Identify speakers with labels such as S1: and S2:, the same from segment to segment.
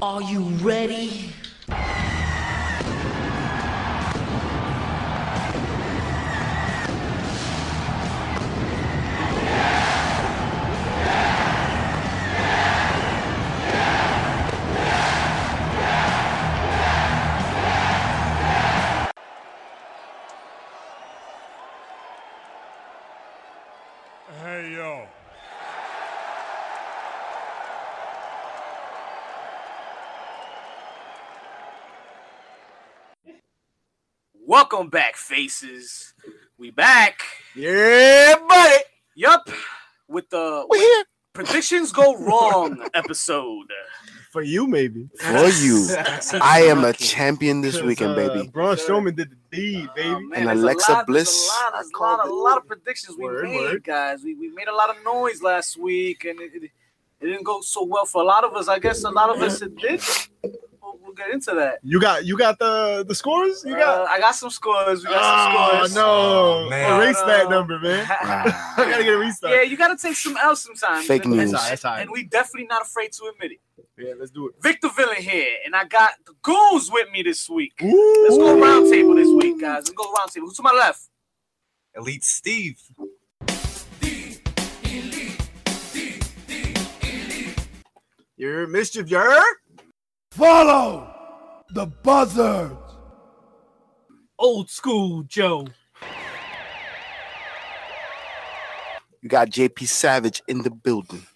S1: Are you ready?
S2: Hey, yo.
S3: Welcome back, faces. We back.
S4: Yeah, buddy.
S3: Yup. With the
S4: We here
S3: predictions go wrong episode.
S4: for you, maybe.
S5: For you. I am a champion this weekend,
S4: Because, uh,
S5: baby.
S4: Braun Strowman did the deed, baby.
S3: Oh, man,
S5: And
S3: there's a
S5: Alexa
S3: lot-
S5: Bliss.
S3: There's a lot, there's a
S5: I
S3: lot,
S5: called
S3: a
S5: it.
S3: lot of predictions we
S4: Word,
S3: made,
S4: word.
S3: guys. We, we made a lot of noise last week, and it, it, it didn't go so well for a lot of us. I guess a lot of us it did. We'll, we'll get into that.
S4: You got you got the the scores. You
S3: Uh,
S4: got.
S3: I got some scores. We got
S4: Oh,
S3: some scores.
S4: no!
S2: Oh, man.
S4: Erase that
S3: Uh,
S4: number, man. I
S5: Ah.
S4: gotta get a restart.
S3: yeah, you got to take some L's sometimes.
S5: Fake
S3: and-
S5: news.
S4: That's all right, that's all right.
S3: And we definitely not afraid to admit it.
S4: Yeah, let's do it.
S3: Victor Villain here, and I got the goons with me this week.
S4: Ooh.
S3: Let's go round table this week, guys. Let's go round table. Who's to my left?
S6: Elite Steve.
S4: You're mischief. You're
S7: Follow the buzzards.
S3: Old school Joe.
S5: You got JP Savage in the building.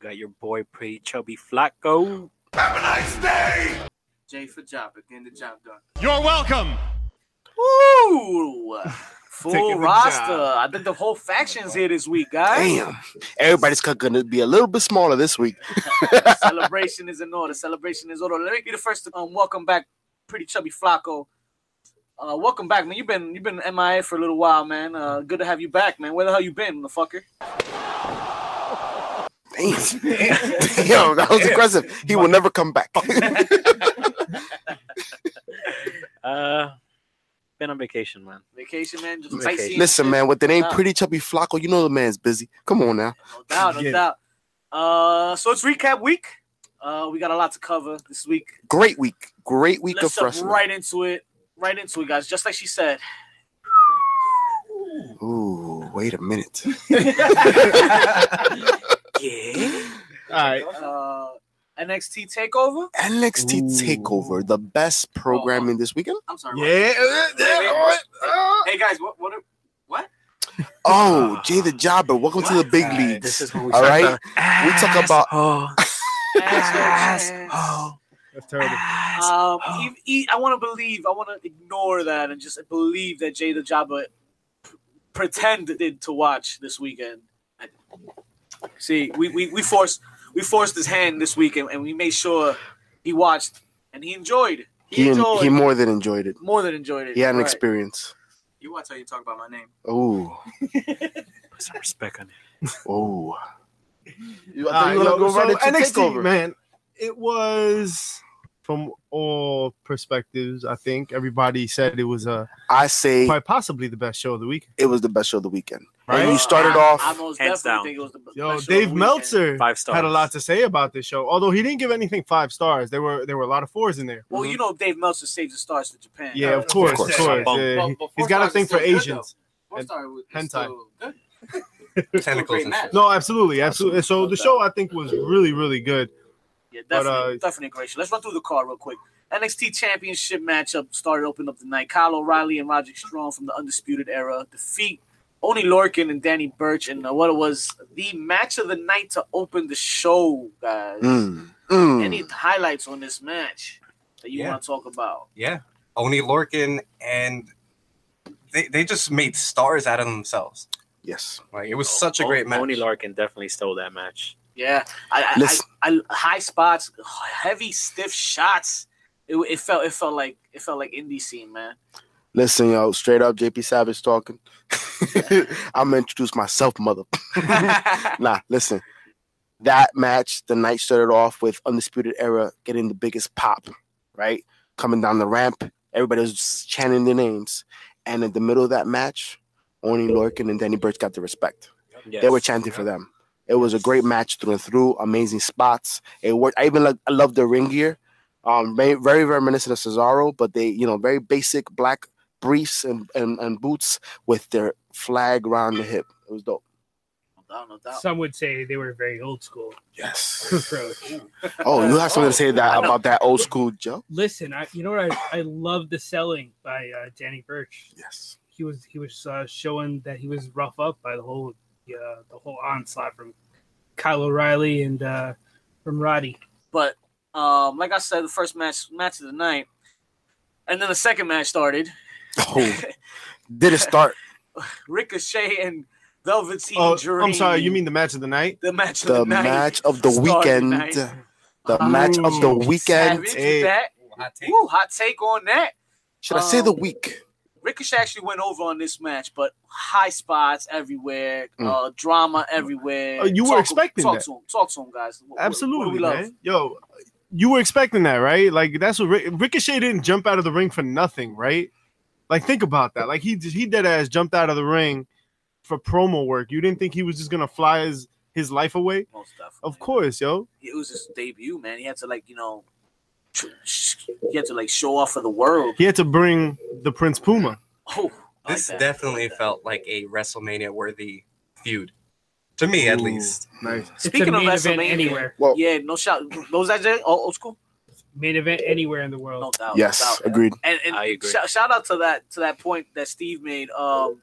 S6: Got your boy pretty chubby Flacco.
S3: Jay for job at getting the job done.
S2: You're welcome.
S3: Woo! Full
S6: Taking the
S3: roster. I
S6: job.
S3: think the whole faction's here this week, guys.
S5: Damn. Everybody's cut gonna be a little bit smaller this week.
S3: Celebration is in order. Celebration is in order. Let me be the first to um, welcome back pretty chubby Flacco. Uh, welcome back, man. You've been you've been MIA for a little while, man. Uh, good to have you back, man. Where the hell you been, motherfucker?
S5: Damn. Damn, that was aggressive. He will never come back.
S6: Uh, been on vacation, man.
S3: Vacation, man. Just
S6: Vacation.
S3: sightseeing.
S5: Listen, man, with the name
S3: Nah.
S5: Pretty Chubby Flacco, you know the man's busy. Come on now.
S3: No doubt, no
S4: Yeah.
S3: doubt. Uh, so it's recap week. Uh, we got a lot to cover this week.
S5: Great week. Great week
S3: Let's
S5: of
S3: jump
S5: wrestling.
S3: right into it. Right into it, guys. Just like she said.
S5: Ooh, wait a minute.
S4: all right.
S3: Uh, NXT Takeover.
S5: NXT Takeover, the best programming this weekend.
S3: I'm sorry. Ryan.
S4: Yeah. Uh,
S3: Hey guys, what? What? Are, what?
S5: Oh, Jay the Jobber, welcome to the big
S6: Guys,
S5: leagues.
S6: This is what we
S5: All
S6: talk
S5: right?
S6: about.
S5: We talk about-
S6: Oh,
S3: Ass.
S6: oh,
S4: That's oh. terrible.
S3: Um, e- e- I want to believe. I want to ignore that and just believe that Jay the Jabba p- pretended to watch this weekend. See, we we, we forced we forced his hand this weekend, and we made sure he watched and he enjoyed. He,
S5: he,
S3: enjoyed
S5: he more than enjoyed it.
S3: more than enjoyed it.
S5: He had an
S3: Right.
S5: experience.
S3: You watch how you talk about my name.
S5: Oh,
S6: Put some respect on it.
S5: oh. You,
S4: All right, yo, so NXT,
S5: Takeover.
S4: man. It was from all perspectives. I think everybody said it was uh,
S5: I say
S4: quite possibly the best show of the week.
S5: it was the best show of the weekend.
S4: Right?
S5: And you started
S3: Oh, I,
S5: off.
S3: I most
S6: Heads
S3: definitely
S6: down.
S3: think it was the best show
S4: Yo,
S3: of the
S4: Dave
S3: weekend.
S4: Meltzer
S6: Five stars.
S4: had a lot to say about this show, although he didn't give anything five stars. There were there were a lot of fours in there.
S3: Well, you know, Dave Meltzer saves the stars for Japan.
S4: Yeah, of course, of course.
S5: course.
S4: yeah.
S3: But- but
S4: He's got a
S3: four
S4: thing for
S3: stars is still good,
S4: Asians.
S3: Four
S4: And
S3: star was
S4: hentai.
S3: still good.
S6: Tentacles and
S3: Great
S6: shit.
S3: match.
S4: No, absolutely, absolutely. So the show I think was really, really good.
S3: Yeah,
S4: But,
S3: definitely,
S4: uh,
S3: definitely great. show. Let's run through the card real quick. NXT Championship matchup started open up the night. Kyle O'Reilly and Roderick Strong from the Undisputed Era defeat Oni Lorkin and Danny Burch in uh, what it was the match of the night to open the show, guys.
S5: Mm, mm.
S3: Any highlights on this match that you
S6: Yeah.
S3: want to talk about?
S6: Yeah. Oni Lorkin and they, they just made stars out of themselves.
S5: yes.
S6: Like it was
S5: Oh,
S6: such a great match.
S8: Tony Larkin definitely stole that match.
S3: Yeah, I, I,
S5: Listen.
S3: I, I high spots, heavy stiff shots. It, it felt it felt like it felt like indie scene, man.
S5: Listen, yo, straight up JP Savage talking. I'm gonna introduce myself, mother. nah, listen. That match, the night started off with Undisputed Era getting the biggest pop, right? Coming down the ramp, everybody was just chanting their names. And in the middle of that match, Oni Lorkin and Danny Burch got the respect. They were chanting for them. It It was a great match through and through. Amazing spots. It worked. I even like I love the ring gear. Um, very very reminiscent of Cesaro, but they you know very basic black briefs and and, and boots with their flag around the hip. It was dope.
S3: No doubt, no doubt.
S1: Some would say they were very old school
S5: Yes.
S1: approach.
S5: Oh, you have something to say that
S1: I know.
S5: about that old school Joe?
S1: Listen, I you know what I, I love the selling by uh, Danny Birch.
S5: Yes.
S1: He was he was uh, showing that he was rough up by the whole uh, the whole onslaught from Kyle O'Reilly and uh, from Roddy.
S3: But um, like I said, the first match match of the night, and then the second match started.
S5: Oh, did it start
S3: Ricochet and Velveteen
S4: Oh,
S3: Dream.
S4: I'm sorry. You mean the match of the night?
S3: the match of
S5: the
S3: the night?
S5: match of the
S3: Started
S5: weekend?
S3: night.
S5: The match of the weekend.
S3: Savage
S4: Hey.
S3: with that.
S6: Hot take.
S3: Ooh, hot take on that.
S5: Should I say the
S3: Um,
S5: week?
S3: Ricochet actually went over on this match, but high spots everywhere, uh,
S5: Mm.
S3: drama everywhere.
S4: Uh, you were
S3: Talk-
S4: expecting
S3: talk
S4: that.
S3: to him. Talk to him, guys. What- what- what do
S4: Absolutely,
S3: we love?
S4: man. Yo, you were expecting that, right? Like that's what Ric- Ricochet didn't jump out of the ring for nothing, right? Like think about that. Like he he dead ass jumped out of the ring for promo work. You didn't think he was just gonna fly his his life away?
S3: Most definitely.
S4: Of course, yo.
S3: it was his debut, man. He had to like you know, tr- sh- he had to like show off for the world.
S4: He had to bring the Prince Puma.
S3: Oh, I like
S6: This
S3: that.
S6: definitely felt like a WrestleMania worthy feud, to me at
S4: Ooh.
S6: least.
S5: Nice.
S3: Speaking
S1: it's a
S3: of
S1: main event
S3: WrestleMania,
S1: anywhere,
S5: Well,
S3: Yeah, no shout. Those that Jay? Oh, old school.
S1: main event anywhere in the
S3: No
S1: world.
S3: doubt. no
S5: yes,
S3: doubt.
S5: agreed.
S3: And, and
S8: I agree.
S3: Shout, shout out to that to that point that Steve made. Um,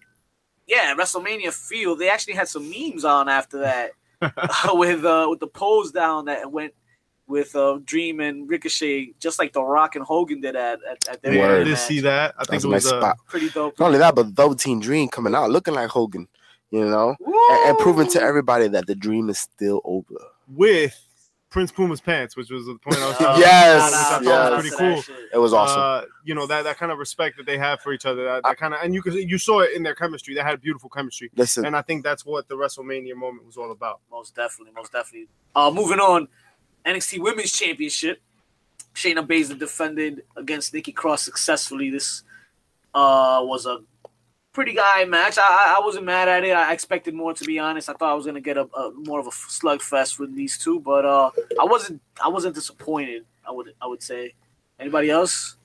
S3: yeah, WrestleMania field. They actually had some memes on after that with uh, with the pose down that went with uh, Dream and Ricochet, just like The Rock and Hogan did at at, at their
S5: Yeah,
S4: I
S5: Word.
S4: did
S3: match.
S4: see that. I think
S5: That's
S4: it
S5: a nice
S4: was uh,
S5: spot.
S3: Pretty dope.
S5: Not only that, but Velveteen Dream coming out looking like Hogan, you know, and, and proving to everybody that the dream is still over.
S4: with Prince Puma's pants, which was the point
S3: Uh,
S4: I was
S5: Yeah.
S4: talking
S5: Yes,
S4: Shout out,
S5: yes.
S4: pretty cool.
S5: It was awesome.
S4: Uh, you know that that kind of respect that they have for each other. That, that kind of and you could you saw it in their chemistry. They had beautiful chemistry,
S5: Listen,
S4: and I think that's what the WrestleMania moment was all about.
S3: Most definitely, most definitely. Uh, moving on, NXT Women's Championship. Shayna Baszler defended against Nikki Cross successfully. This uh, was a pretty guy match. I, I- I wasn't mad at it. I expected more, to be honest. I thought I was gonna get a, a more of a slugfest with these two, but uh, I wasn't. I wasn't disappointed. I would. I would say. Anybody else?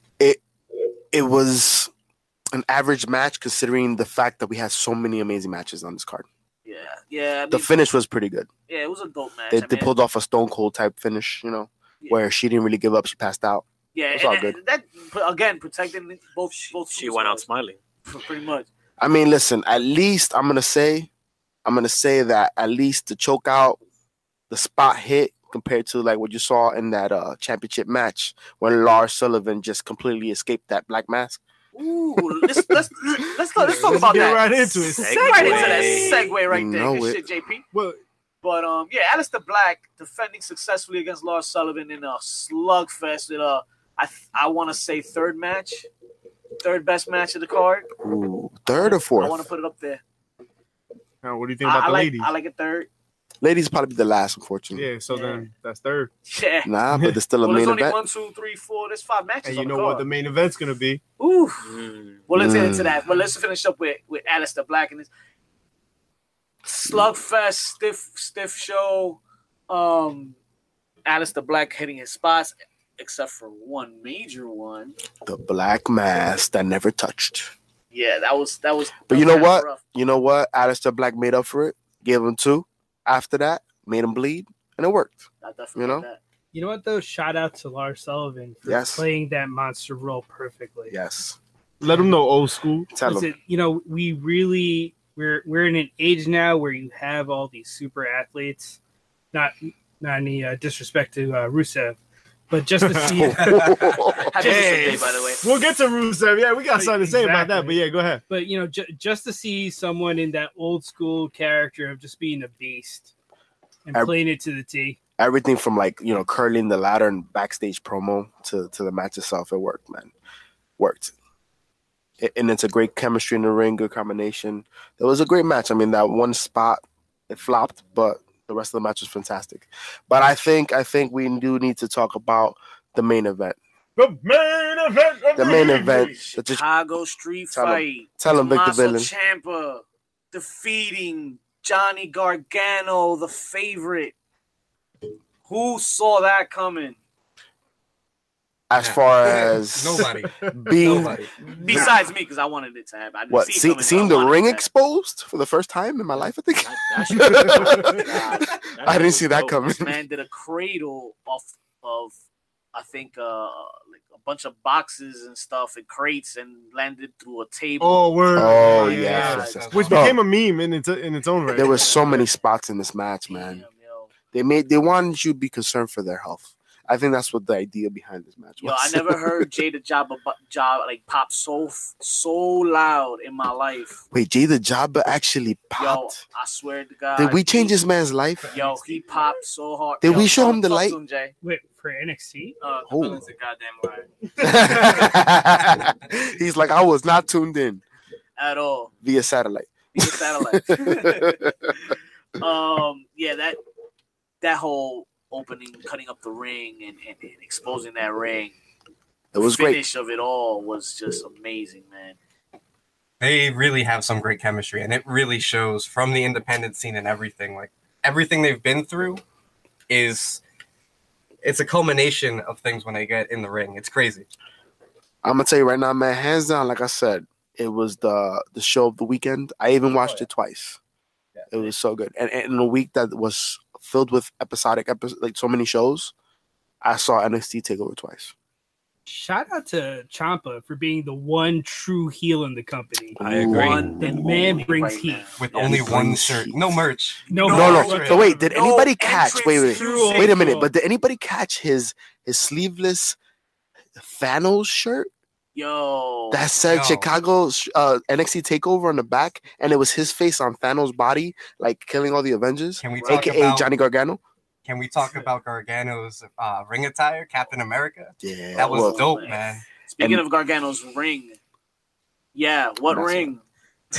S5: it was an average match considering the fact that we had so many amazing matches on this card.
S3: Yeah, yeah. I mean,
S5: The finish was pretty good.
S3: yeah, it was a dope match.
S5: They,
S3: I
S5: they
S3: mean,
S5: pulled off a Stone Cold type finish, you know,
S3: Yeah.
S5: where she didn't really give up. She passed out.
S3: yeah,
S5: it's
S3: and
S5: all
S3: that-
S5: good.
S3: That, but again protecting both. Both
S8: She went out smiling.
S3: pretty much.
S5: I mean, listen, at least I'm gonna say, I'm gonna say that at least the choke out, the spot hit compared to like what you saw in that uh championship match when Lars Sullivan just completely escaped that black mask.
S3: Ooh, let's let's let's let's talk about
S4: Get
S3: that.
S4: right into it.
S8: Segue.
S3: Right into that segue right
S5: You
S3: there.
S5: know
S3: Good
S5: it.
S3: shit, JP.
S4: Well,
S3: But um, yeah, Alistair Black defending successfully against Lars Sullivan in a slugfest. In a, I I want to say third match, third best match of the card.
S5: Ooh, third
S3: I
S5: or
S3: want
S5: fourth?
S3: to put it up there.
S4: now, what do you think
S3: I,
S4: about
S3: I
S4: the
S3: like
S4: ladies?
S3: I like a third.
S5: Ladies probably the last, unfortunately.
S4: yeah, so
S3: Yeah.
S4: then that's third.
S3: Yeah.
S5: Nah, but there's still a
S3: Well, there's
S5: main
S3: only
S5: event.
S3: one, two, three, four. There's five matches.
S4: And
S3: on
S4: you know
S3: the
S4: what
S3: card.
S4: the main event's gonna be?
S3: Ooh.
S8: Mm.
S3: Well, let's get
S5: Mm.
S3: into that. But let's finish up with with Alistair Black and this slugfest, stiff, stiff show. Um, Alistair Black hitting his spots, except for one major one.
S5: The black mask that never touched.
S3: Yeah, that was that was.
S5: But
S3: that
S5: you
S3: was
S5: know
S3: kinda
S5: what?
S3: rough.
S5: You know what? Alistair Black made up for it. Gave him two. After that, made him bleed, and it worked.
S3: I definitely
S5: You know?
S3: like that.
S1: You know what though? Shout out to Lars Sullivan for
S5: Yes.
S1: playing that monster role perfectly.
S5: Yes.
S4: Let them know old school.
S5: Tell him.
S1: Listen, you know, we really we're we're in an age now where you have all these super athletes. Not not any uh, disrespect to uh, Rusev, but just to see, uh,
S3: Happy
S4: Hey.
S3: birthday, by the way.
S4: We'll get to Rusev. Yeah, we got something to say about that. But
S1: Exactly.
S4: yeah, go ahead.
S1: but you know, ju- just to see someone in that old school character of just being a beast and
S5: I-
S1: playing it to the T.
S5: Everything from like you know curling the ladder and backstage promo to to the match itself, it worked, man. Worked. It, and it's a great chemistry in the ring, good combination. It was a great match. I mean, that one spot it flopped, but the rest of the match was fantastic. But I think I think we do need to talk about the main event.
S4: The main event. Of
S5: The main event. The
S3: Chicago Street
S5: Tell 'em.
S3: Fight.
S5: Tell him, Victor
S3: Tommaso
S5: Villain.
S3: Ciampa defeating Johnny Gargano, the favorite. Who saw that coming?
S5: As far as
S6: Nobody.
S5: being
S6: Nobody.
S3: Besides me, because I wanted it to happen. I didn't
S5: what
S3: see it
S5: see,
S3: coming, but I
S5: seeing the
S3: wanted
S5: ring
S3: that.
S5: exposed for the first time in my life, I think.
S3: That- that shit-
S5: I
S8: shit
S5: didn't
S8: was
S5: see that
S8: dope.
S5: coming.
S3: This man did a cradle off of, I think, uh, like a bunch of boxes and stuff and crates and landed through a table.
S4: Oh, word.
S5: Oh
S3: Yeah.
S5: yes, yes, yes.
S4: Which
S5: No,
S4: became a meme in its in its own right.
S5: there were so many spots in this match,
S3: Damn,
S5: man.
S3: yo.
S5: They made they wanted you to be concerned for their health. I think that's what the idea behind this match
S3: Yo,
S5: was.
S3: I never heard Jada Jabba bu- Job like pop so f- so loud in my life.
S5: Wait, Jada Jabba actually
S3: Yo,
S5: popped.
S3: I swear to God.
S5: Did we change
S3: he-
S5: this man's life?
S3: Yo, he popped so hard.
S5: Did
S3: Yo,
S5: we show
S3: talk-
S5: him the
S3: talk to
S5: light?
S3: him, Jay.
S1: Wait for NXT.
S3: Uh,
S5: Oh.
S6: Villain's a goddamn liar.
S5: He's like, I was not tuned in
S3: at all.
S5: via satellite.
S3: He's a satellite. um yeah that that whole opening cutting up the ring and, and, and exposing that ring
S5: It was great.
S3: finish of it all was just amazing man
S6: They really have some great chemistry, and it really shows from the independent scene and everything. Like everything they've been through is it's a culmination of things when they get in the ring. It's crazy.
S5: I'm gonna tell you right now, man. Hands down, like I said, it was the the show of the weekend. I even
S6: Oh,
S5: watched it twice. It was so good, and, and in a week that was filled with episodic episodes, like so many shows, I saw NXT take over twice.
S1: Shout out to Champa for being the one true heel in the company.
S6: I agree.
S3: One
S1: The
S3: and
S1: man
S3: only
S1: brings
S3: right
S1: heat.
S3: now.
S6: With
S5: Yeah,
S6: only
S5: it's
S6: one
S5: like-
S6: shirt, no merch.
S1: No,
S5: No, no,
S1: but-
S5: no. So wait, did
S3: No
S5: anybody catch? Wait, wait,
S3: entrance
S1: wait.
S3: music.
S5: wait a minute. But did anybody catch his his sleeveless Thanos shirt
S3: yo
S5: that said
S6: No.
S5: Chicago uh, NXT Takeover on the back, and it was his face on Thanos' body, like killing all the Avengers,
S6: Can we talk
S5: aka
S6: about
S5: Johnny Gargano?
S6: Can we talk about Gargano's uh, ring attire, Captain America?
S5: Yeah,
S6: That was
S5: well,
S6: dope,
S3: man.
S6: man.
S3: speaking
S5: and-
S3: of gargano's ring yeah what
S5: That's
S3: ring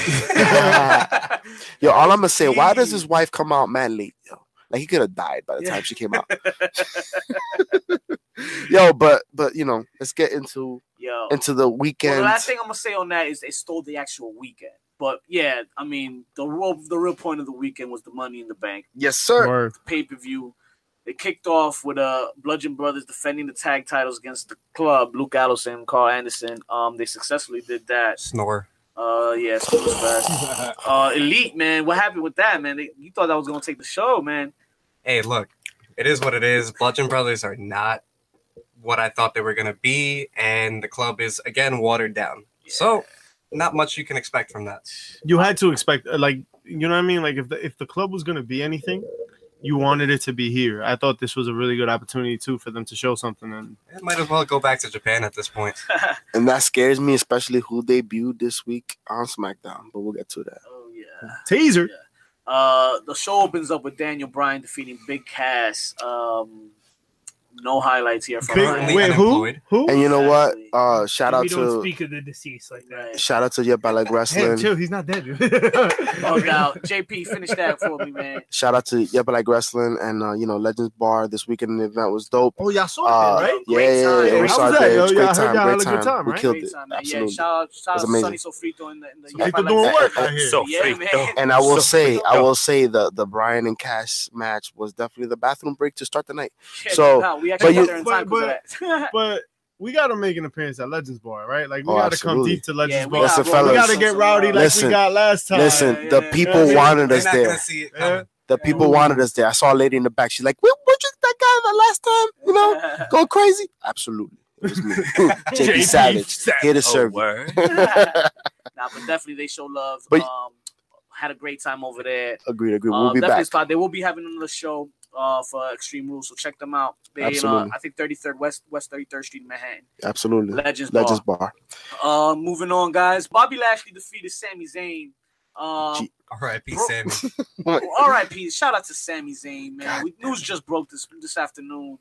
S5: Yo, all I'm gonna say, why does his wife come out mad late? Yo, like he could have died by the time she came out. yo, but but you know, let's get into
S3: yo
S5: into the
S3: well,
S5: weekend.
S3: the last thing i'm gonna say on that is they stole the actual weekend but yeah i mean the real the real point of the weekend was the money in the bank
S5: yes, sir.
S4: Word.
S3: pay per view. They kicked off with uh Bludgeon Brothers defending the tag titles against the club, Luke Allison, and Carl Anderson. Um, they successfully did that.
S6: Snore.
S3: Uh, yeah, so it was fast. Uh, Elite, man, what happened with that, man? They, you thought that was gonna take the show, man?
S6: Hey, look, it is what it is. Bludgeon Brothers are not what I thought they were going to be, and the club is, again, watered down. So, not much you can expect from that.
S4: You had to expect, uh, like, you know what I mean? Like, if the, if the club was gonna be anything, you wanted it to be here. I thought this was a really good opportunity too for them to show something. And
S6: It might as well go back to Japan at this point.
S3: Oh,
S5: And that scares me, especially who debuted this week on SmackDown. But we'll get to that.
S3: Oh yeah.
S4: teaser.
S3: Uh, the show opens up with Daniel Bryan defeating Big Cass. Um, no highlights here from
S6: Currently
S4: Big, wait, who?
S6: unemployed.
S4: Who?
S5: And you know what?
S3: Exactly.
S5: Uh, shout out
S1: we don't
S5: to
S1: speak of the deceased like that.
S3: Right.
S5: shout out to Yep I Like
S4: Hey,
S5: Wrestling.
S4: chill. He's not dead.
S3: Oh, No doubt. JP, finish that for me, man.
S5: shout out to Yep I Like Wrestling and uh, you know Legends Bar. This weekend event was dope.
S4: oh, y'all saw
S5: Uh,
S4: that, right?
S5: yeah,
S3: Great
S5: yeah,
S3: time.
S5: yeah, yeah, we
S3: How
S5: saw
S4: was
S5: it
S4: that?
S5: there.
S4: Yo,
S5: It's
S4: y'all
S5: great
S4: heard
S5: time,
S4: y'all
S5: great
S4: had a good
S5: time.
S4: time,
S5: we
S4: right?
S5: killed
S3: Great
S5: it.
S3: time, man. Yeah,
S5: Absolutely.
S3: shout out, shout
S5: That's
S3: out to Sonny
S5: amazing.
S3: Sofrito in the, in the
S4: Sofrito
S3: Yep, I
S4: doing
S3: That.
S4: work
S5: And-
S4: out here.
S8: So
S3: Yeah,
S8: freaked
S3: man.
S8: out.
S5: And I will
S8: So
S5: say,
S8: freaked
S5: I
S8: out.
S5: will say the the Brian and Cash match was definitely the bathroom break to start the night.
S3: Yeah,
S5: So,
S3: no, we actually
S5: but
S3: got
S5: you-
S3: there in time
S4: but-
S3: 'cause of that.
S4: But we gotta make an appearance at Legends Bar, right? Like, we
S5: Oh,
S4: gotta come
S5: absolutely.
S4: deep to Legends
S3: we
S4: Bar.
S5: Listen,
S3: got-
S5: fellas.
S4: we gotta get rowdy like
S5: Listen,
S4: we got last time.
S5: Listen,
S3: yeah,
S5: the
S3: yeah.
S5: people
S4: Ah, Yeah,
S5: wanted
S6: They're
S5: us
S6: not
S5: there.
S6: gonna see it coming.
S5: The people wanted us there. I saw a lady in the back. She's like, "Well, weren't you that guy the last time? You know, go crazy." Absolutely, it was me, JP Savage, here to
S8: Oh,
S5: serve. you.
S8: word.
S3: nah, but definitely they show love.
S5: But-
S3: um, had a great time over there.
S5: agreed, agreed.
S3: Uh,
S5: We'll be
S3: definitely
S5: back.
S3: spot. They will be having another show uh, for Extreme Rules, so check them out. They in, uh,
S5: Absolutely.
S3: I think 33rd West West 33rd Street, in Manhattan.
S5: Absolutely,
S3: Legends,
S5: Legends
S3: Legends
S5: Bar.
S3: Bar. Uh, moving on, guys. Bobby Lashley defeated Sami Zayn. Um,
S5: Gee.
S6: R.I.P.
S3: Bro-
S6: Sammy.
S3: R.I.P. Shout out to Sami Zayn, man. We, news just broke this this afternoon.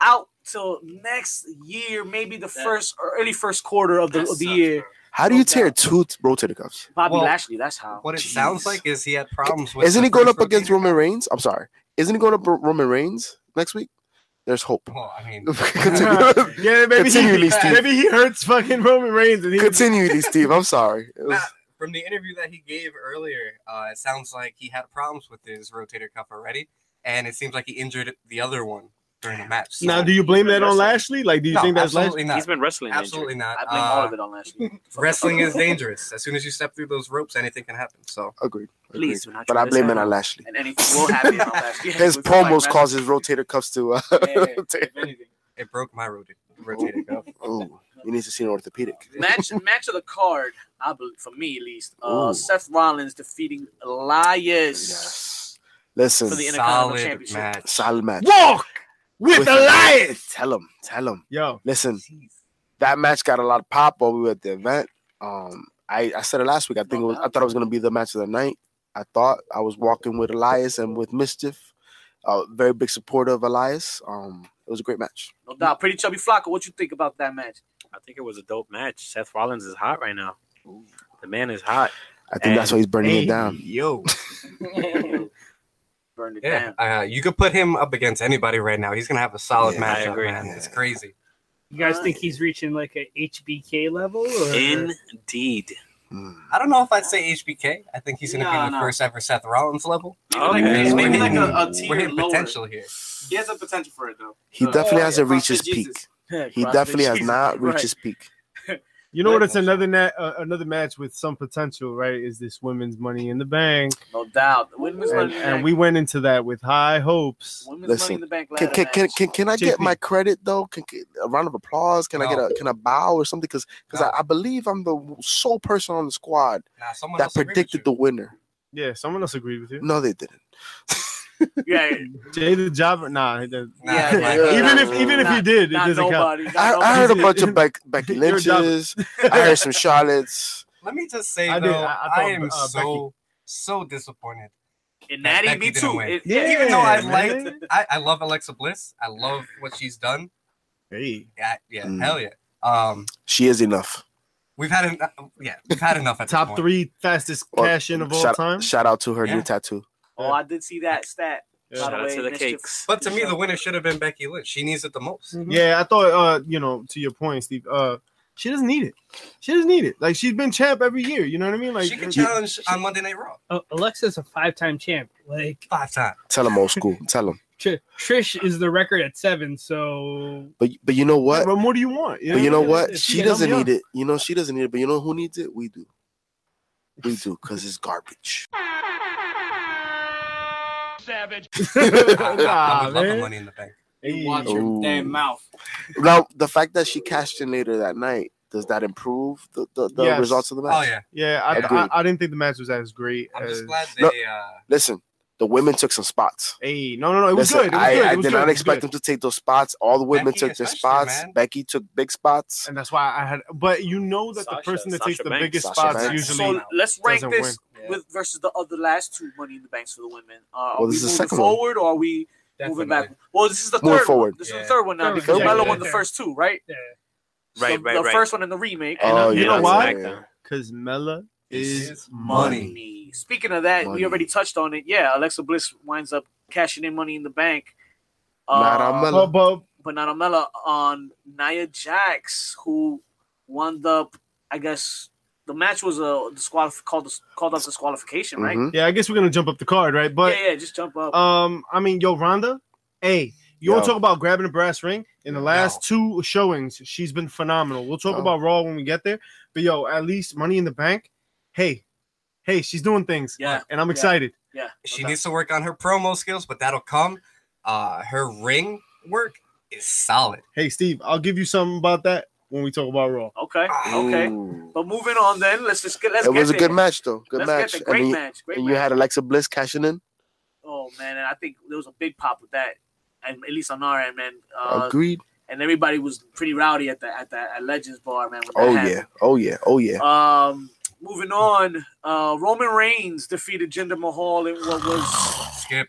S3: Out till next year, maybe the first or early first quarter of the
S8: That
S3: of the
S8: sucks,
S3: year.
S8: bro.
S5: How do you tear two t- rotator cuffs?
S3: Bobby
S6: Well,
S3: Lashley. That's how.
S6: What it
S5: Jeez.
S6: sounds like is he had problems with.
S5: Isn't
S6: the
S5: he going
S6: first
S5: up against
S6: rotator
S5: Roman
S6: cuff.
S5: Reigns? I'm sorry. Isn't he going up r- Roman Reigns next week? There's hope.
S6: Well, I mean,
S5: continue,
S4: Uh-huh. yeah, maybe
S5: Continue,
S4: he,
S5: Lee Steve.
S4: maybe he hurts fucking Roman Reigns and he
S5: continue, Steve. I'm sorry. It was-
S6: from the interview that he gave earlier, uh, it sounds like he had problems with his rotator cuff already, and it seems like he injured the other one during the match. So-
S4: Now, do you blame that on Lashley? Like, do you
S6: No,
S4: think that's Lashley?
S6: absolutely not?
S8: He's been wrestling.
S6: absolutely
S8: injured.
S6: not.
S3: I blame all
S6: Uh,
S3: of it on Lashley.
S6: wrestling is dangerous. As soon as you step through those ropes, anything can happen. So
S5: Agreed.
S8: Please
S5: Agreed.
S8: do not
S5: But
S8: try
S5: I
S8: this
S5: blame
S8: at
S5: it on
S8: home.
S5: Lashley.
S3: and anything will happen on Lashley.
S5: His
S3: With the
S5: promos
S3: Mike
S5: causes his rotator cuffs to. Uh,
S3: Matt- Yeah,
S5: rotate.
S3: if anything.
S6: it broke my rota- rotator cuff.
S5: Ooh, he needs to see an orthopedic.
S3: match match of the card, I believe, for me at least. Uh,
S5: Ooh.
S3: Seth Rollins defeating Elias.
S5: Yes. Listen,
S3: For the inner- Intercontinental
S6: Solid
S3: Championship.
S6: match.
S5: solid match.
S4: Walk with,
S5: With
S4: Elias.
S5: Tell him. Tell him.
S4: Yo,
S5: Listen, that match got a lot of pop while we were at the event. Um, I, I said it last week. I think it was, I thought it was going to be the match of the night. I thought I was walking with Elias and with Mischief. Uh, very big supporter of Elias. Um, it was a great match.
S3: No doubt. Pretty chubby Flocka, what you think about that match?
S8: I think it was a dope match. Seth Rollins is hot right now. The man is hot.
S5: I think that's
S8: And-
S5: why he's burning
S6: Hey,
S5: it down.
S6: Yo.
S3: Burned it
S6: Yeah.
S3: down.
S6: Uh, you could put him up against anybody right now. He's going to have a solid
S8: Yeah, I
S6: matchup,
S8: agree.
S6: man. It's crazy.
S1: You guys
S4: Uh,
S3: Alright.
S1: think he's reaching like a HBK level? Or...
S8: Indeed.
S5: Mm.
S6: I don't know if I'd say HBK. I think he's going to
S3: No,
S6: be the
S9: no.
S6: first ever Seth Rollins level.
S9: Like,
S8: Okay.
S9: he's maybe like
S6: Maybe
S9: a, a
S6: We're
S9: tier
S6: hitting
S9: lower.
S6: potential here.
S9: He has a potential for it though.
S5: He
S9: Uh,
S5: definitely
S9: yeah,
S5: hasn't reached
S9: CrossFit
S5: his peak.
S9: Jesus.
S5: He definitely has not reached
S3: reached
S5: his peak.
S4: you know
S6: Right.
S4: what? It's another na- uh, another match with some potential, right? Is this women's Money in the Bank,
S3: No doubt. Women's
S4: and,
S3: money in the
S4: and
S3: bank.
S4: we went into that with high hopes.
S3: Women's
S5: Listen,
S3: money in the bank
S5: Can
S3: ladder
S5: can, can,
S3: match.
S5: can, can I get
S4: JP.
S5: my credit though? Can, can- a round of applause? Can I get
S6: No.
S5: a can I bow or something? Because
S6: No.
S5: I, I believe I'm the sole person on the squad
S6: Now, someone
S5: that
S6: else agree with
S5: predicted the
S6: you.
S5: winner.
S4: Yeah, someone else agreed with you.
S5: No, they didn't.
S3: yeah,
S4: Jay the Jobber, nah. that-
S6: Nah,
S3: Yeah,
S6: nah,
S5: yeah.
S6: nah.
S4: even if even if
S3: Not-
S4: you did, it
S3: not
S4: doesn't count.
S3: nobody. Not
S5: I,
S3: nobody.
S5: I heard a bunch
S4: You're
S5: of Beck, Becky
S4: dumb.
S5: Lynch's. I heard some Charlotte's.
S6: Let me just say
S4: I
S6: though,
S4: did-
S6: I,
S4: I- I thought,
S6: am
S4: uh,
S6: so so disappointed.
S3: And
S6: that
S3: Natty,
S6: Becky
S3: me
S6: didn't
S3: too.
S6: win.
S3: It-
S4: Yeah,
S6: Even though I
S4: man.
S6: liked, I, I love Alexa Bliss. I love what she's done.
S4: Hey,
S6: Yeah, yeah,
S5: Mm.
S6: hell yeah. Um,
S5: She is enough.
S6: we've had enough. Yeah, we've had enough at this
S4: top
S6: point.
S4: three fastest
S5: Well,
S4: cash in of all
S5: shout,
S4: time.
S5: Shout out to her
S6: Yeah.
S5: new tattoo.
S3: Oh, I did see that stat.
S4: Yeah.
S3: By
S8: Shout
S3: the
S8: out
S3: way,
S8: to the
S3: Mischief.
S8: cakes.
S6: But to me, the winner should have been Becky Lynch. She needs it the most.
S1: Mhm.
S4: Yeah, I thought uh, you know, to your point, Steve, uh, she doesn't need it. She doesn't need it. Like she's been champ every year, you know what I mean? Like
S6: she can challenge on Monday Night Raw
S1: Oh, Alexa's a five-time champ. Like
S6: five times.
S5: Tell them old school. Tell them.
S1: Tr- Trish is the record at seven. So
S5: But but you know
S4: what
S5: what?
S4: but more do you want?
S5: But you know
S1: Yeah,
S5: what?
S1: it's-
S5: She
S1: yeah, I'm
S5: doesn't
S1: young.
S5: need it. You know she doesn't need it. But you know who needs it? We do. We do because it's garbage.
S6: I, I- I
S4: Nah,
S6: would love the
S4: man.
S6: Money in the Bank.
S4: Hey,
S9: Watch your
S5: Ooh.
S9: damn mouth.
S5: Now the fact that she cashed in later that night does that improve the the, the
S4: Yes.
S5: results of the match?
S6: Oh yeah,
S4: Yeah, I,
S5: Agreed.
S4: I, I didn't think the match was as great.
S6: I'm
S4: as-
S6: just glad they.
S5: No.
S6: Uh,
S5: Listen, the women took some spots.
S4: Hey, no, no, no, it was
S5: Listen,
S4: good. It was
S5: I,
S4: good.
S5: I
S4: It was
S5: did
S4: good. It
S5: not
S4: was
S5: expect
S4: good.
S5: them to take those spots. All the women
S6: Becky
S5: took their
S6: especially,
S5: spots.
S6: man.
S5: Becky took big spots.
S4: and that's why I had. But you know that
S8: Sasha-
S4: the person that
S8: Sasha
S4: takes the
S8: Banks.
S4: biggest
S5: Sasha
S4: spots
S5: Banks.
S4: usually.
S3: So let's rank
S4: doesn't
S3: this
S6: win.
S3: with versus the other last two Money in the Banks for the women. Uh, are
S5: Well,
S3: we
S5: this is the
S3: moving
S5: second one.
S3: forward or are we moving back?
S6: Definitely.
S3: Well, this is the
S5: Move
S3: third
S5: forward.
S3: One. This
S6: Yeah.
S3: is the third one now
S1: Third
S3: because
S1: one.
S3: Bella
S6: Yeah.
S3: won the first two, right?
S1: yeah.
S8: Right,
S3: the,
S8: right,
S3: the
S8: right.
S3: first one in the remake.
S4: And,
S5: oh,
S4: uh, you
S5: yeah,
S4: know
S5: that's
S4: why?
S5: right.
S8: Smackdown.
S4: Because Mela is,
S6: Is
S4: money.
S3: Money. Speaking of that,
S5: Money.
S3: we already touched on it. Yeah, Alexa Bliss winds up cashing in Money in the Bank. Uh,
S5: Not on Mella.
S4: Well, but
S3: but not on Mella on Nia Jax, who wound up. I guess the match was a disqualif- called called up disqualification, right?
S5: Mhm.
S4: yeah, I guess we're gonna jump up the card, right? But
S3: yeah, yeah, just jump up.
S6: Uh,
S4: um, I mean, yo, Ronda, hey, you want
S5: Yo.
S4: to talk about grabbing a brass ring? In the last two showings, she's been phenomenal. We'll talk
S5: Yo.
S4: about Raw when we get there. But yo, at least Money in the Bank, hey, hey, she's doing things.
S3: Yeah.
S4: and I'm
S3: Yeah.
S4: excited.
S3: yeah,
S6: She
S3: okay.
S6: needs to work on her promo skills, but that'll come. Uh, her ring work is solid.
S4: Hey, Steve, I'll give you something about that when we talk about Raw.
S3: Okay, okay.
S5: Ooh.
S3: But moving on, then let's just get let's
S5: It
S3: get
S5: was a
S3: there.
S5: good match though. Good
S3: let's
S5: match.
S3: Get there.
S5: and
S3: Great
S5: you,
S3: match. Great
S5: and
S3: match.
S5: you had Alexa Bliss cashing in.
S3: oh man, and I think there was a big pop with that, and at least on our end, man. Uh,
S5: Agreed.
S3: and everybody was pretty rowdy at the at the at Legends Bar, man. when that
S5: Oh
S3: happened.
S5: yeah. Oh yeah. Oh yeah.
S3: Um, moving on, uh, Roman Reigns defeated Jinder Mahal in what was
S6: Skip.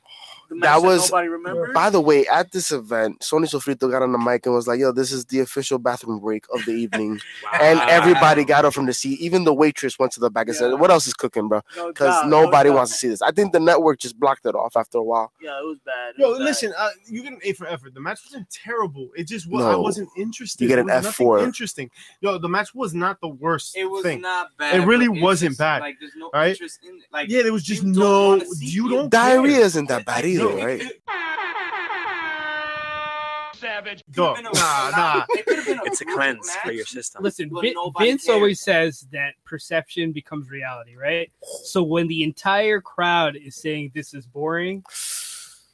S3: the match
S5: That
S3: that
S5: was-
S3: nobody remembers.
S5: By the way, at this event, Sony Sofrito got on the mic and was like, "Yo, this is the official bathroom break of the evening," and everybody got up from the seat. Even the waitress went to the back and
S3: Yeah.
S5: said, "What else is cooking, bro?"
S3: No
S5: Because
S3: doubt, no
S5: nobody
S3: doubt.
S5: wants to see this. I think the network just blocked it off after a while.
S3: Yeah, it was bad. It
S4: Yo,
S3: was bad.
S4: listen, uh, you get an A for effort. The match wasn't terrible. It just was, I
S5: No.
S4: wasn't interested.
S5: You get
S4: There
S5: an
S4: was
S5: F
S4: nothing
S5: for it.
S4: interesting. Yo, the match was not the worst
S9: It was
S4: thing.
S9: not bad.
S4: It really
S9: but it's
S4: wasn't
S9: just,
S4: bad,
S9: Like there's no
S4: right?
S9: interest in it. Like
S4: yeah, there was just
S9: you don't
S4: no.
S9: wanna see
S4: you
S9: it.
S4: don't
S5: Diarrhea isn't that bad either,
S4: No.
S5: right?
S9: could've
S4: Dog.
S9: been a-
S4: Nah, nah.
S9: it could've been
S8: It's a
S9: cool
S8: cleanse for
S9: match.
S8: your system.
S1: Listen,
S9: Well,
S1: Vin-
S9: nobody
S1: Vince
S9: cares.
S1: always says that perception becomes reality, right? So when the entire crowd is saying this is boring,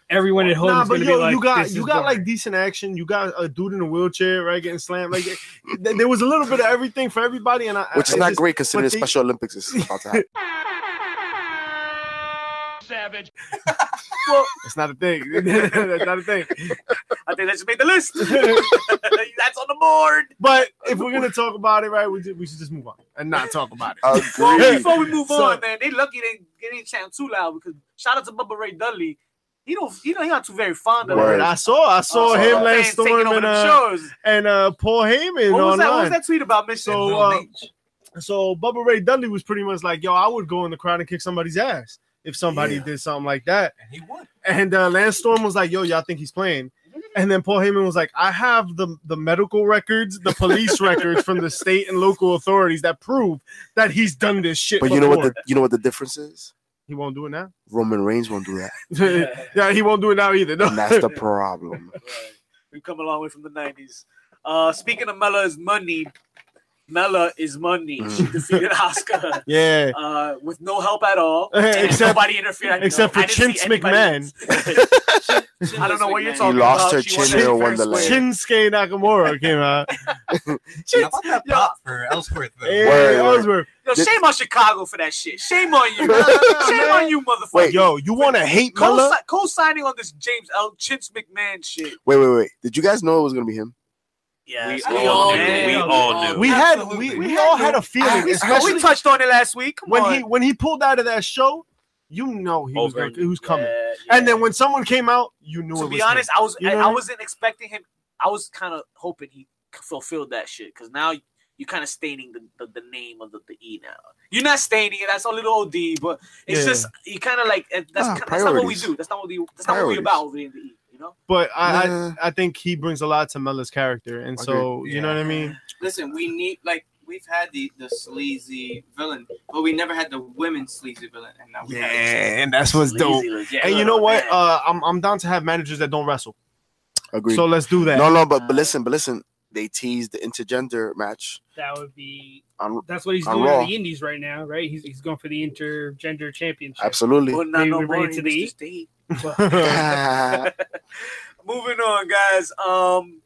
S1: everyone at home
S4: Nah,
S1: is
S4: but
S1: going to
S4: yo,
S1: be like,
S4: you got
S1: this
S4: you
S1: is
S4: got
S1: boring.
S4: like decent action. You got a dude in a wheelchair, right, getting slammed. Like th- there was a little bit of everything for everybody, and I,
S5: Which is
S4: I
S5: not
S4: Ah, just-
S5: great considering
S4: but they-
S5: Special Olympics is about to happen.
S4: It's not a thing. That's not a thing.
S3: I think that should make the list. That's on the board.
S4: But if we're gonna talk about it, right, we, ju- we should just move on and not talk about it.
S3: Well,
S5: Agreed.
S3: before we move
S4: So-
S3: on, man, they lucky they they didn't chant too loud because shout out to Bubba Ray Dudley. He don't he don't he not too very fond of uh,
S5: Word.
S3: it.
S4: I saw I saw
S3: Oh,
S5: saw
S4: him
S5: that.
S4: last storm and uh, and uh, Paul Heyman
S3: What was,
S4: online.
S3: that, what was that tweet about, Mitch?
S4: So,
S6: Lil
S4: uh,
S6: Leach.
S4: So Bubba Ray Dudley was pretty much like, "Yo, I would go in the crowd and kick somebody's ass if somebody
S6: Yeah.
S4: did something like that."
S6: And he would.
S4: And uh, Lance Storm was like, "Yo, y'all think he's playing?" And then Paul Heyman was like, "I have the the medical records, the police records from the state and local authorities that prove that he's done this shit."
S5: But you know what
S4: before."
S5: the you know what the difference is?
S4: he won't do it now.
S5: Roman Reigns won't do that,
S4: yeah, he won't do it now either. No.
S5: and that's the problem.
S3: Right. We've come a long way from the nineties. Uh, speaking of Mela is money. Mela is money. She
S5: Mm.
S3: defeated Oscar
S4: yeah.
S3: uh, with no help at all.
S4: Eh,
S3: and
S4: except-
S3: nobody interfered. I-
S4: except for
S3: I didn't see
S4: Chintz
S3: anybody-
S4: McMahon.
S3: I don't know what
S9: He
S3: you're
S5: He
S3: talking about.
S5: lost her
S3: She
S5: chin
S3: went-
S5: in her
S4: Chin-
S5: Wonderland.
S4: Shinsuke Nakamura came out.
S6: And how about that
S3: Yo.
S6: pop for Ellsworth though?
S4: Hey,
S5: Word, word.
S4: Ellsworth.
S3: Yo,
S5: This-
S3: shame on Chicago for that shit. Shame on you. shame on you, motherfucker.
S5: Wait,
S4: Yo, you want to hate
S3: Co-
S4: Mella?
S3: si- co-signing on this James L. Chintz McMahon shit.
S5: Wait, wait, wait! Did you guys know it was gonna be him?
S3: Yeah,
S8: We all knew. We all knew.
S4: We had we,
S6: Absolutely.
S4: we all had a feeling,
S5: We-
S4: especially
S3: we touched on it last week. Come
S4: when
S3: on.
S4: he when he pulled out of that show. You know he was
S8: Over.
S4: gonna, he was coming.
S3: Yeah,
S4: And
S3: yeah.
S4: then when someone came out, you knew it
S3: to
S4: was
S3: be honest, I was
S4: You know
S3: I,
S4: what I
S3: I
S4: mean?
S3: wasn't expecting him. I was kind of hoping he fulfilled that shit because now you're kind of staining the, the, the name of the, the E now. You're not staining it. That's a little OD, but it's
S4: Yeah. Ah,
S3: just you kind of like eh, that's,
S5: Nah,
S3: kinda- that's not what we
S5: priorities.
S3: do. That's not what we that's not what we
S5: Priorities.
S3: about over here in the E. You know,
S4: But I,
S5: Nah.
S4: I I think he brings a lot to Mella's character, and so
S6: Agreed.
S4: you know what I mean.
S9: Listen, we need like we've had the the sleazy villain, but we never had the women sleazy villain, and now we have.
S4: and that's what's
S3: Lazy legit.
S4: And you know
S3: Oh,
S4: what?
S3: man.
S4: Uh, I'm I'm down to have managers that don't wrestle.
S5: Agreed.
S4: So let's do that.
S5: no, no, but but listen, but listen. They teased the intergender match
S1: that would be
S5: on
S1: that's what he's
S5: On
S1: doing
S5: Raw.
S1: in the Indies right now, right? He's, he's going for the intergender championship.
S5: absolutely.
S3: Well, not
S1: we-
S3: no
S1: we bring
S3: more
S1: it to the E?
S3: Mr. Steve.
S5: That's
S3: Moving on, guys. Um,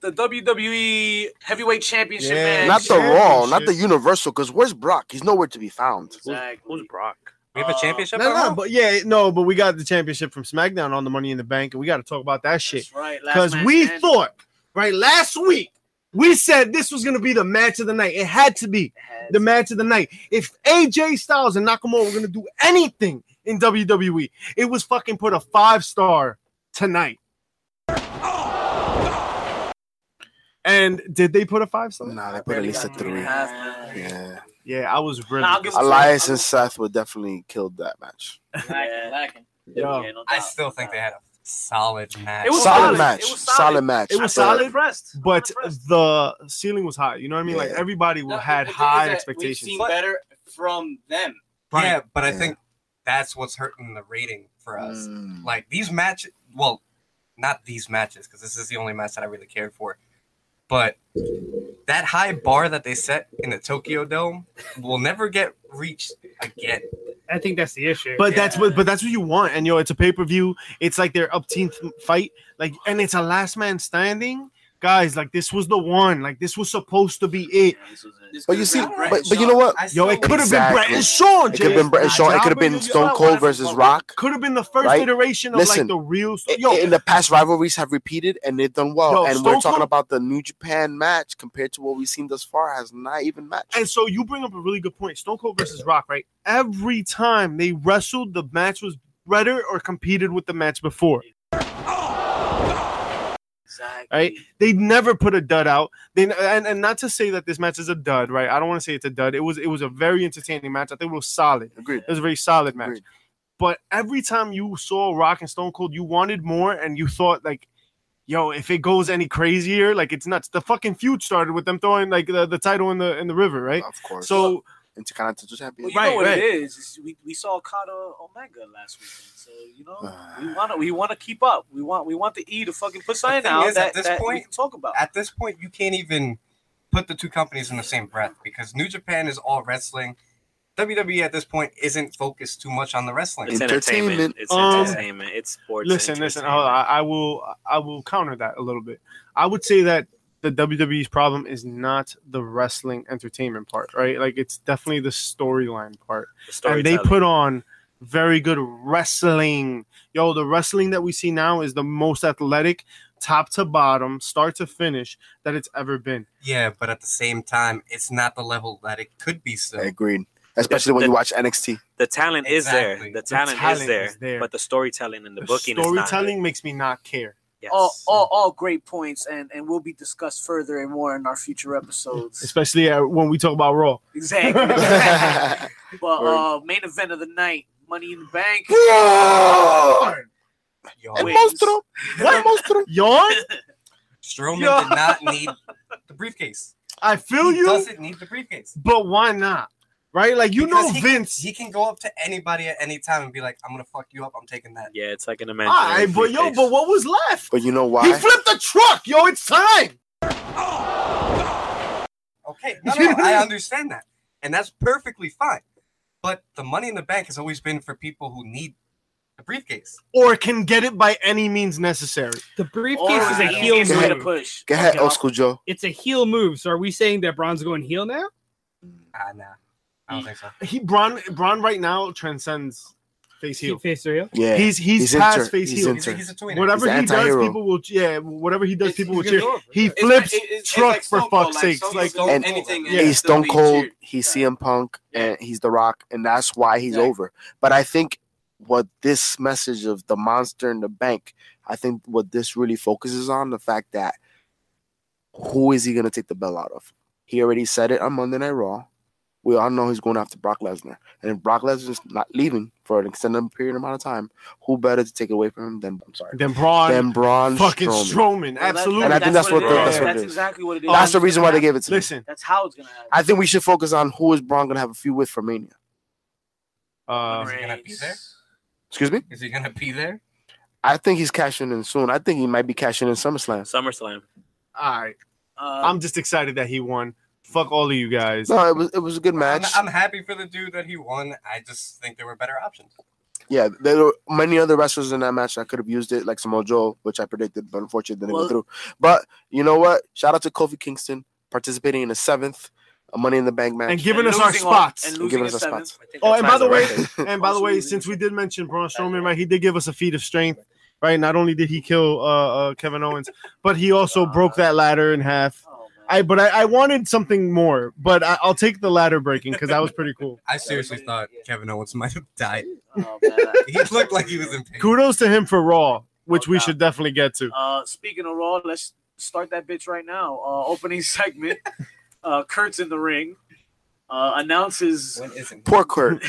S3: the WWE Heavyweight Championship
S4: Yeah.
S3: match.
S5: not the Raw, not the
S4: Championship.
S5: Universal. Because where's Brock? He's nowhere to be found.
S3: Exactly.
S8: Who's Brock?
S6: We have a championship.
S4: No,
S6: on
S4: no,
S6: Raw?
S4: but yeah, no, but we got the championship from SmackDown on the Money in the Bank, and we got to talk about that shit.
S3: That's right. last
S4: Because
S3: man
S4: we
S3: standing.
S4: thought, right, last week, we said this was going to be the match of the night. It had to be the match of the night. If AJ Styles and Nakamura were going to do anything in WWE, it was fucking put a five star tonight. And did they put a five star?
S5: Nah, they put at least a three. Yeah,
S4: Yeah, I was really.
S3: Nah, I'll give it to
S5: Elias
S3: him.
S5: and Seth would definitely killed that match.
S3: Yeah.
S4: Yo.
S3: Yeah, no doubt,
S6: I still think they had a solid match.
S3: It was solid.
S5: Solid match.
S3: It was
S5: solid.
S3: solid.
S5: match.
S4: It was
S5: But-
S4: solid.
S3: Impressed.
S4: But uh,
S3: Impressed.
S4: the ceiling was high. You know what I mean? Like
S5: Yeah.
S4: everybody
S9: No,
S4: had
S9: the thing
S4: high
S9: is that
S4: expectations.
S9: We've seen better from them.
S6: But- yeah, but I
S5: Yeah.
S6: think that's what's hurting the rating for us.
S5: Mm.
S6: Like these matches, well, not these matches because this is the only match that I really cared for. But that high bar that they set in the Tokyo Dome will never get reached again.
S1: I think that's the issue.
S4: But that's what but that's what you want. And yo, it's a pay-per-view. It's like their upteenth fight. Like, and it's a last man standing. Guys, like this was the one. Like this was supposed to be it.
S9: This
S5: But you
S9: could've
S5: see,
S9: been Brett
S5: but,
S9: and
S5: but you
S9: Shawn.
S5: know what?
S6: I
S4: Yo,
S6: still-
S4: it could have
S5: Exactly.
S4: been Brett and Sean.
S5: It could have been Brett and Shawn. It could have been Stone Cold versus Rock.
S4: Could have been the first
S5: Right?
S4: iteration of
S5: Listen,
S4: like the real
S5: I-
S4: Uh, yo.
S5: in the past, rivalries have repeated and they've done well.
S4: Yo,
S5: and
S4: Stone
S5: we're talking
S4: Cold-
S5: about the New Japan match compared to what we've seen thus far has not even matched.
S4: and so you bring up a really good point. Stone Cold versus Rock, right? Every time they wrestled, the match was better or competed with the match before.
S3: Exactly.
S4: Right? They never put a dud out. They and, and not to say that this match is a dud, right? I don't want to say it's a dud. It was it was a very entertaining match. I think it was solid.
S5: Agreed.
S4: It was a very solid match.
S5: Agreed.
S4: But every time you saw Rock and Stone Cold, you wanted more and you thought like, yo, if it goes any crazier, like it's nuts. The fucking feud started with them throwing like the, the title in the in the river, right?
S5: Of course.
S4: So
S5: Intercontinental
S3: Well,
S5: Champion.
S3: you
S4: Right,
S3: know what
S4: right.
S3: it is. is we, we saw Okada Omega last weekend, so you know
S5: Ah.
S3: we want to we want to keep up. We want we want the E to fucking put something
S6: thing
S3: out
S6: is,
S3: that,
S6: at this
S3: that we
S6: point-
S3: can talk about.
S6: At this point, you can't even put the two companies in the same breath because New Japan is all wrestling. WWE at this point isn't focused too much on the wrestling.
S8: It's
S5: Entertainment.
S8: entertainment. It's
S4: Um,
S8: entertainment. It's sports.
S4: listen, listen.
S8: entertainment.
S4: hold on, I, I will. I will counter that a little bit. I would say that the WWE's problem is not the wrestling entertainment part, right? Like it's definitely the storyline part,
S8: The
S4: and they
S8: storytelling.
S4: put on very good wrestling. Yo, the wrestling that we see now is the most athletic, top to bottom, start to finish that it's ever been.
S6: Yeah, but at the same time, it's not the level that it could be still.
S5: Agreed. Especially when
S8: The-
S5: you watch NXT.
S8: the talent is there.
S6: Exactly.
S8: The
S6: The
S8: talent, is,
S4: talent
S8: there,
S4: is there.
S8: but the storytelling and the,
S4: The
S8: booking
S4: storytelling Oh. makes me not care.
S8: is not. Yes.
S3: all, all all great points, and and will be discussed further and more in our future episodes.
S4: Especially uh, when we talk about Raw.
S3: exactly. but uh, main event of the night, Money in the Bank.
S6: Yo,
S3: Wait.
S5: Monstro.
S4: What?
S5: Monstro.
S4: Yawn?
S6: Strowman
S3: Yo.
S6: did not need the briefcase.
S4: I feel
S6: He
S4: you,
S6: doesn't need the briefcase.
S4: but why not? Right? Like you
S6: Because
S4: know
S6: he-
S4: Vince.
S6: He can go up to anybody at any time and be like, "I'm gonna fuck you up. I'm taking that."
S8: Yeah, it's like an
S4: All
S8: imaginary.
S4: right, but yo,
S8: briefcase.
S4: but what was left?
S5: But you know
S4: He
S5: why?
S4: flipped the truck, yo. It's time.
S6: Okay, no, no, I understand that, and that's perfectly fine. But the money in the bank has always been for people who need the briefcase.
S4: Or can get it by any means necessary.
S1: The briefcase
S3: Or
S1: is a
S3: the
S1: heel
S3: easiest way to
S1: move.
S3: push.
S5: Go ahead,
S1: Yeah.
S5: old school Joe.
S1: It's a heel move. So are we saying that Braun's going heel now?
S6: Ah, nah, I don't think so.
S4: He Braun Braun right now transcends face heel.
S1: Face or heel?
S5: Yeah.
S4: He's he's,
S5: He's
S4: past
S5: inter-
S4: face
S5: he's
S4: heel.
S5: inter-
S6: He's, he's a tweener.
S4: Whatever
S5: He's
S4: he does,
S5: anti-hero.
S4: people will yeah. Whatever he does,
S6: It's-
S4: people will
S6: he's
S4: cheer.
S6: gonna go over.
S4: He
S9: It's
S4: flips
S9: like- it- it's- it's
S4: truck
S9: like
S4: for
S9: Stone Cold,
S4: fuck's
S9: like,
S4: sakes.
S9: Stone
S4: Like
S9: Cold
S5: And-
S9: anything,
S6: Yeah.
S5: he's
S9: still
S5: Stone
S9: being
S5: Cold,
S9: cheered.
S5: he's
S9: Yeah.
S5: CM Punk, and he's The Rock, and that's why he's
S9: Exactly.
S5: over. But I think what this message of the monster in the bank, I think what this really focuses on the fact that who is he going to take the bell out of? He already said it on Monday Night Raw. We all know he's going after Brock Lesnar, and if Brock Lesnar's not leaving for an extended period amount of time, who better to take away from him than I'm sorry,
S4: Then Braun
S5: than Braun
S4: fucking
S5: Strowman?
S4: Strowman.
S3: Well, that-
S4: Absolutely.
S5: And I think that's what
S3: it
S4: the-
S3: is.
S4: that's what it
S5: is.
S3: exactly what it is.
S5: That's the reason why they gave it to me.
S4: Listen.
S3: That's how it's gonna happen.
S5: I think we should focus on who is Braun going to have a feud with for Mania.
S4: Uh,
S6: Is he gonna be there?
S5: Excuse me.
S6: Is he gonna be there?
S5: I think he's cashing in soon. I think he might be cashing in SummerSlam.
S8: SummerSlam.
S4: all right.
S3: Uh,
S4: I'm just excited that he won. Fuck all of you guys.
S5: No, it was it was a good
S6: I'm,
S5: match.
S6: I'm happy for the dude that he won. I just think there were better options.
S5: yeah, there were many other wrestlers in that match that could have used it, like Samoa Joe, which I predicted, but unfortunately didn't
S3: Well-
S5: go through. But you know what? Shout out to Kofi Kingston participating in the seventh uh, Money in the Bank match.
S4: And giving us our
S3: losing on-
S4: spots.
S3: and
S5: And
S3: losing
S5: giving
S3: us
S5: us
S3: our
S5: our
S3: spots.
S4: Oh, and by the way, and by the
S3: Also
S4: way,
S3: losing
S4: since
S3: to-
S4: we did mention Braun Strowman, right, he did give us a feat of strength, right? Not only did he kill uh, uh, Kevin Owens, but he also broke that ladder in half.
S3: Oh,
S4: I but I, I wanted something more, but I, I'll take the ladder breaking because that was pretty cool.
S6: I seriously thought Kevin Owens might have died.
S3: Oh, man.
S6: He looked like he was in pain.
S4: Kudos to him for Raw, which we
S3: Oh, God.
S4: should definitely get to.
S3: Uh, speaking of Raw, let's start that bitch right now. Uh, opening segment. Uh, Kurt's in the ring. Uh, announces.
S6: When isn't?
S5: Poor Kurt.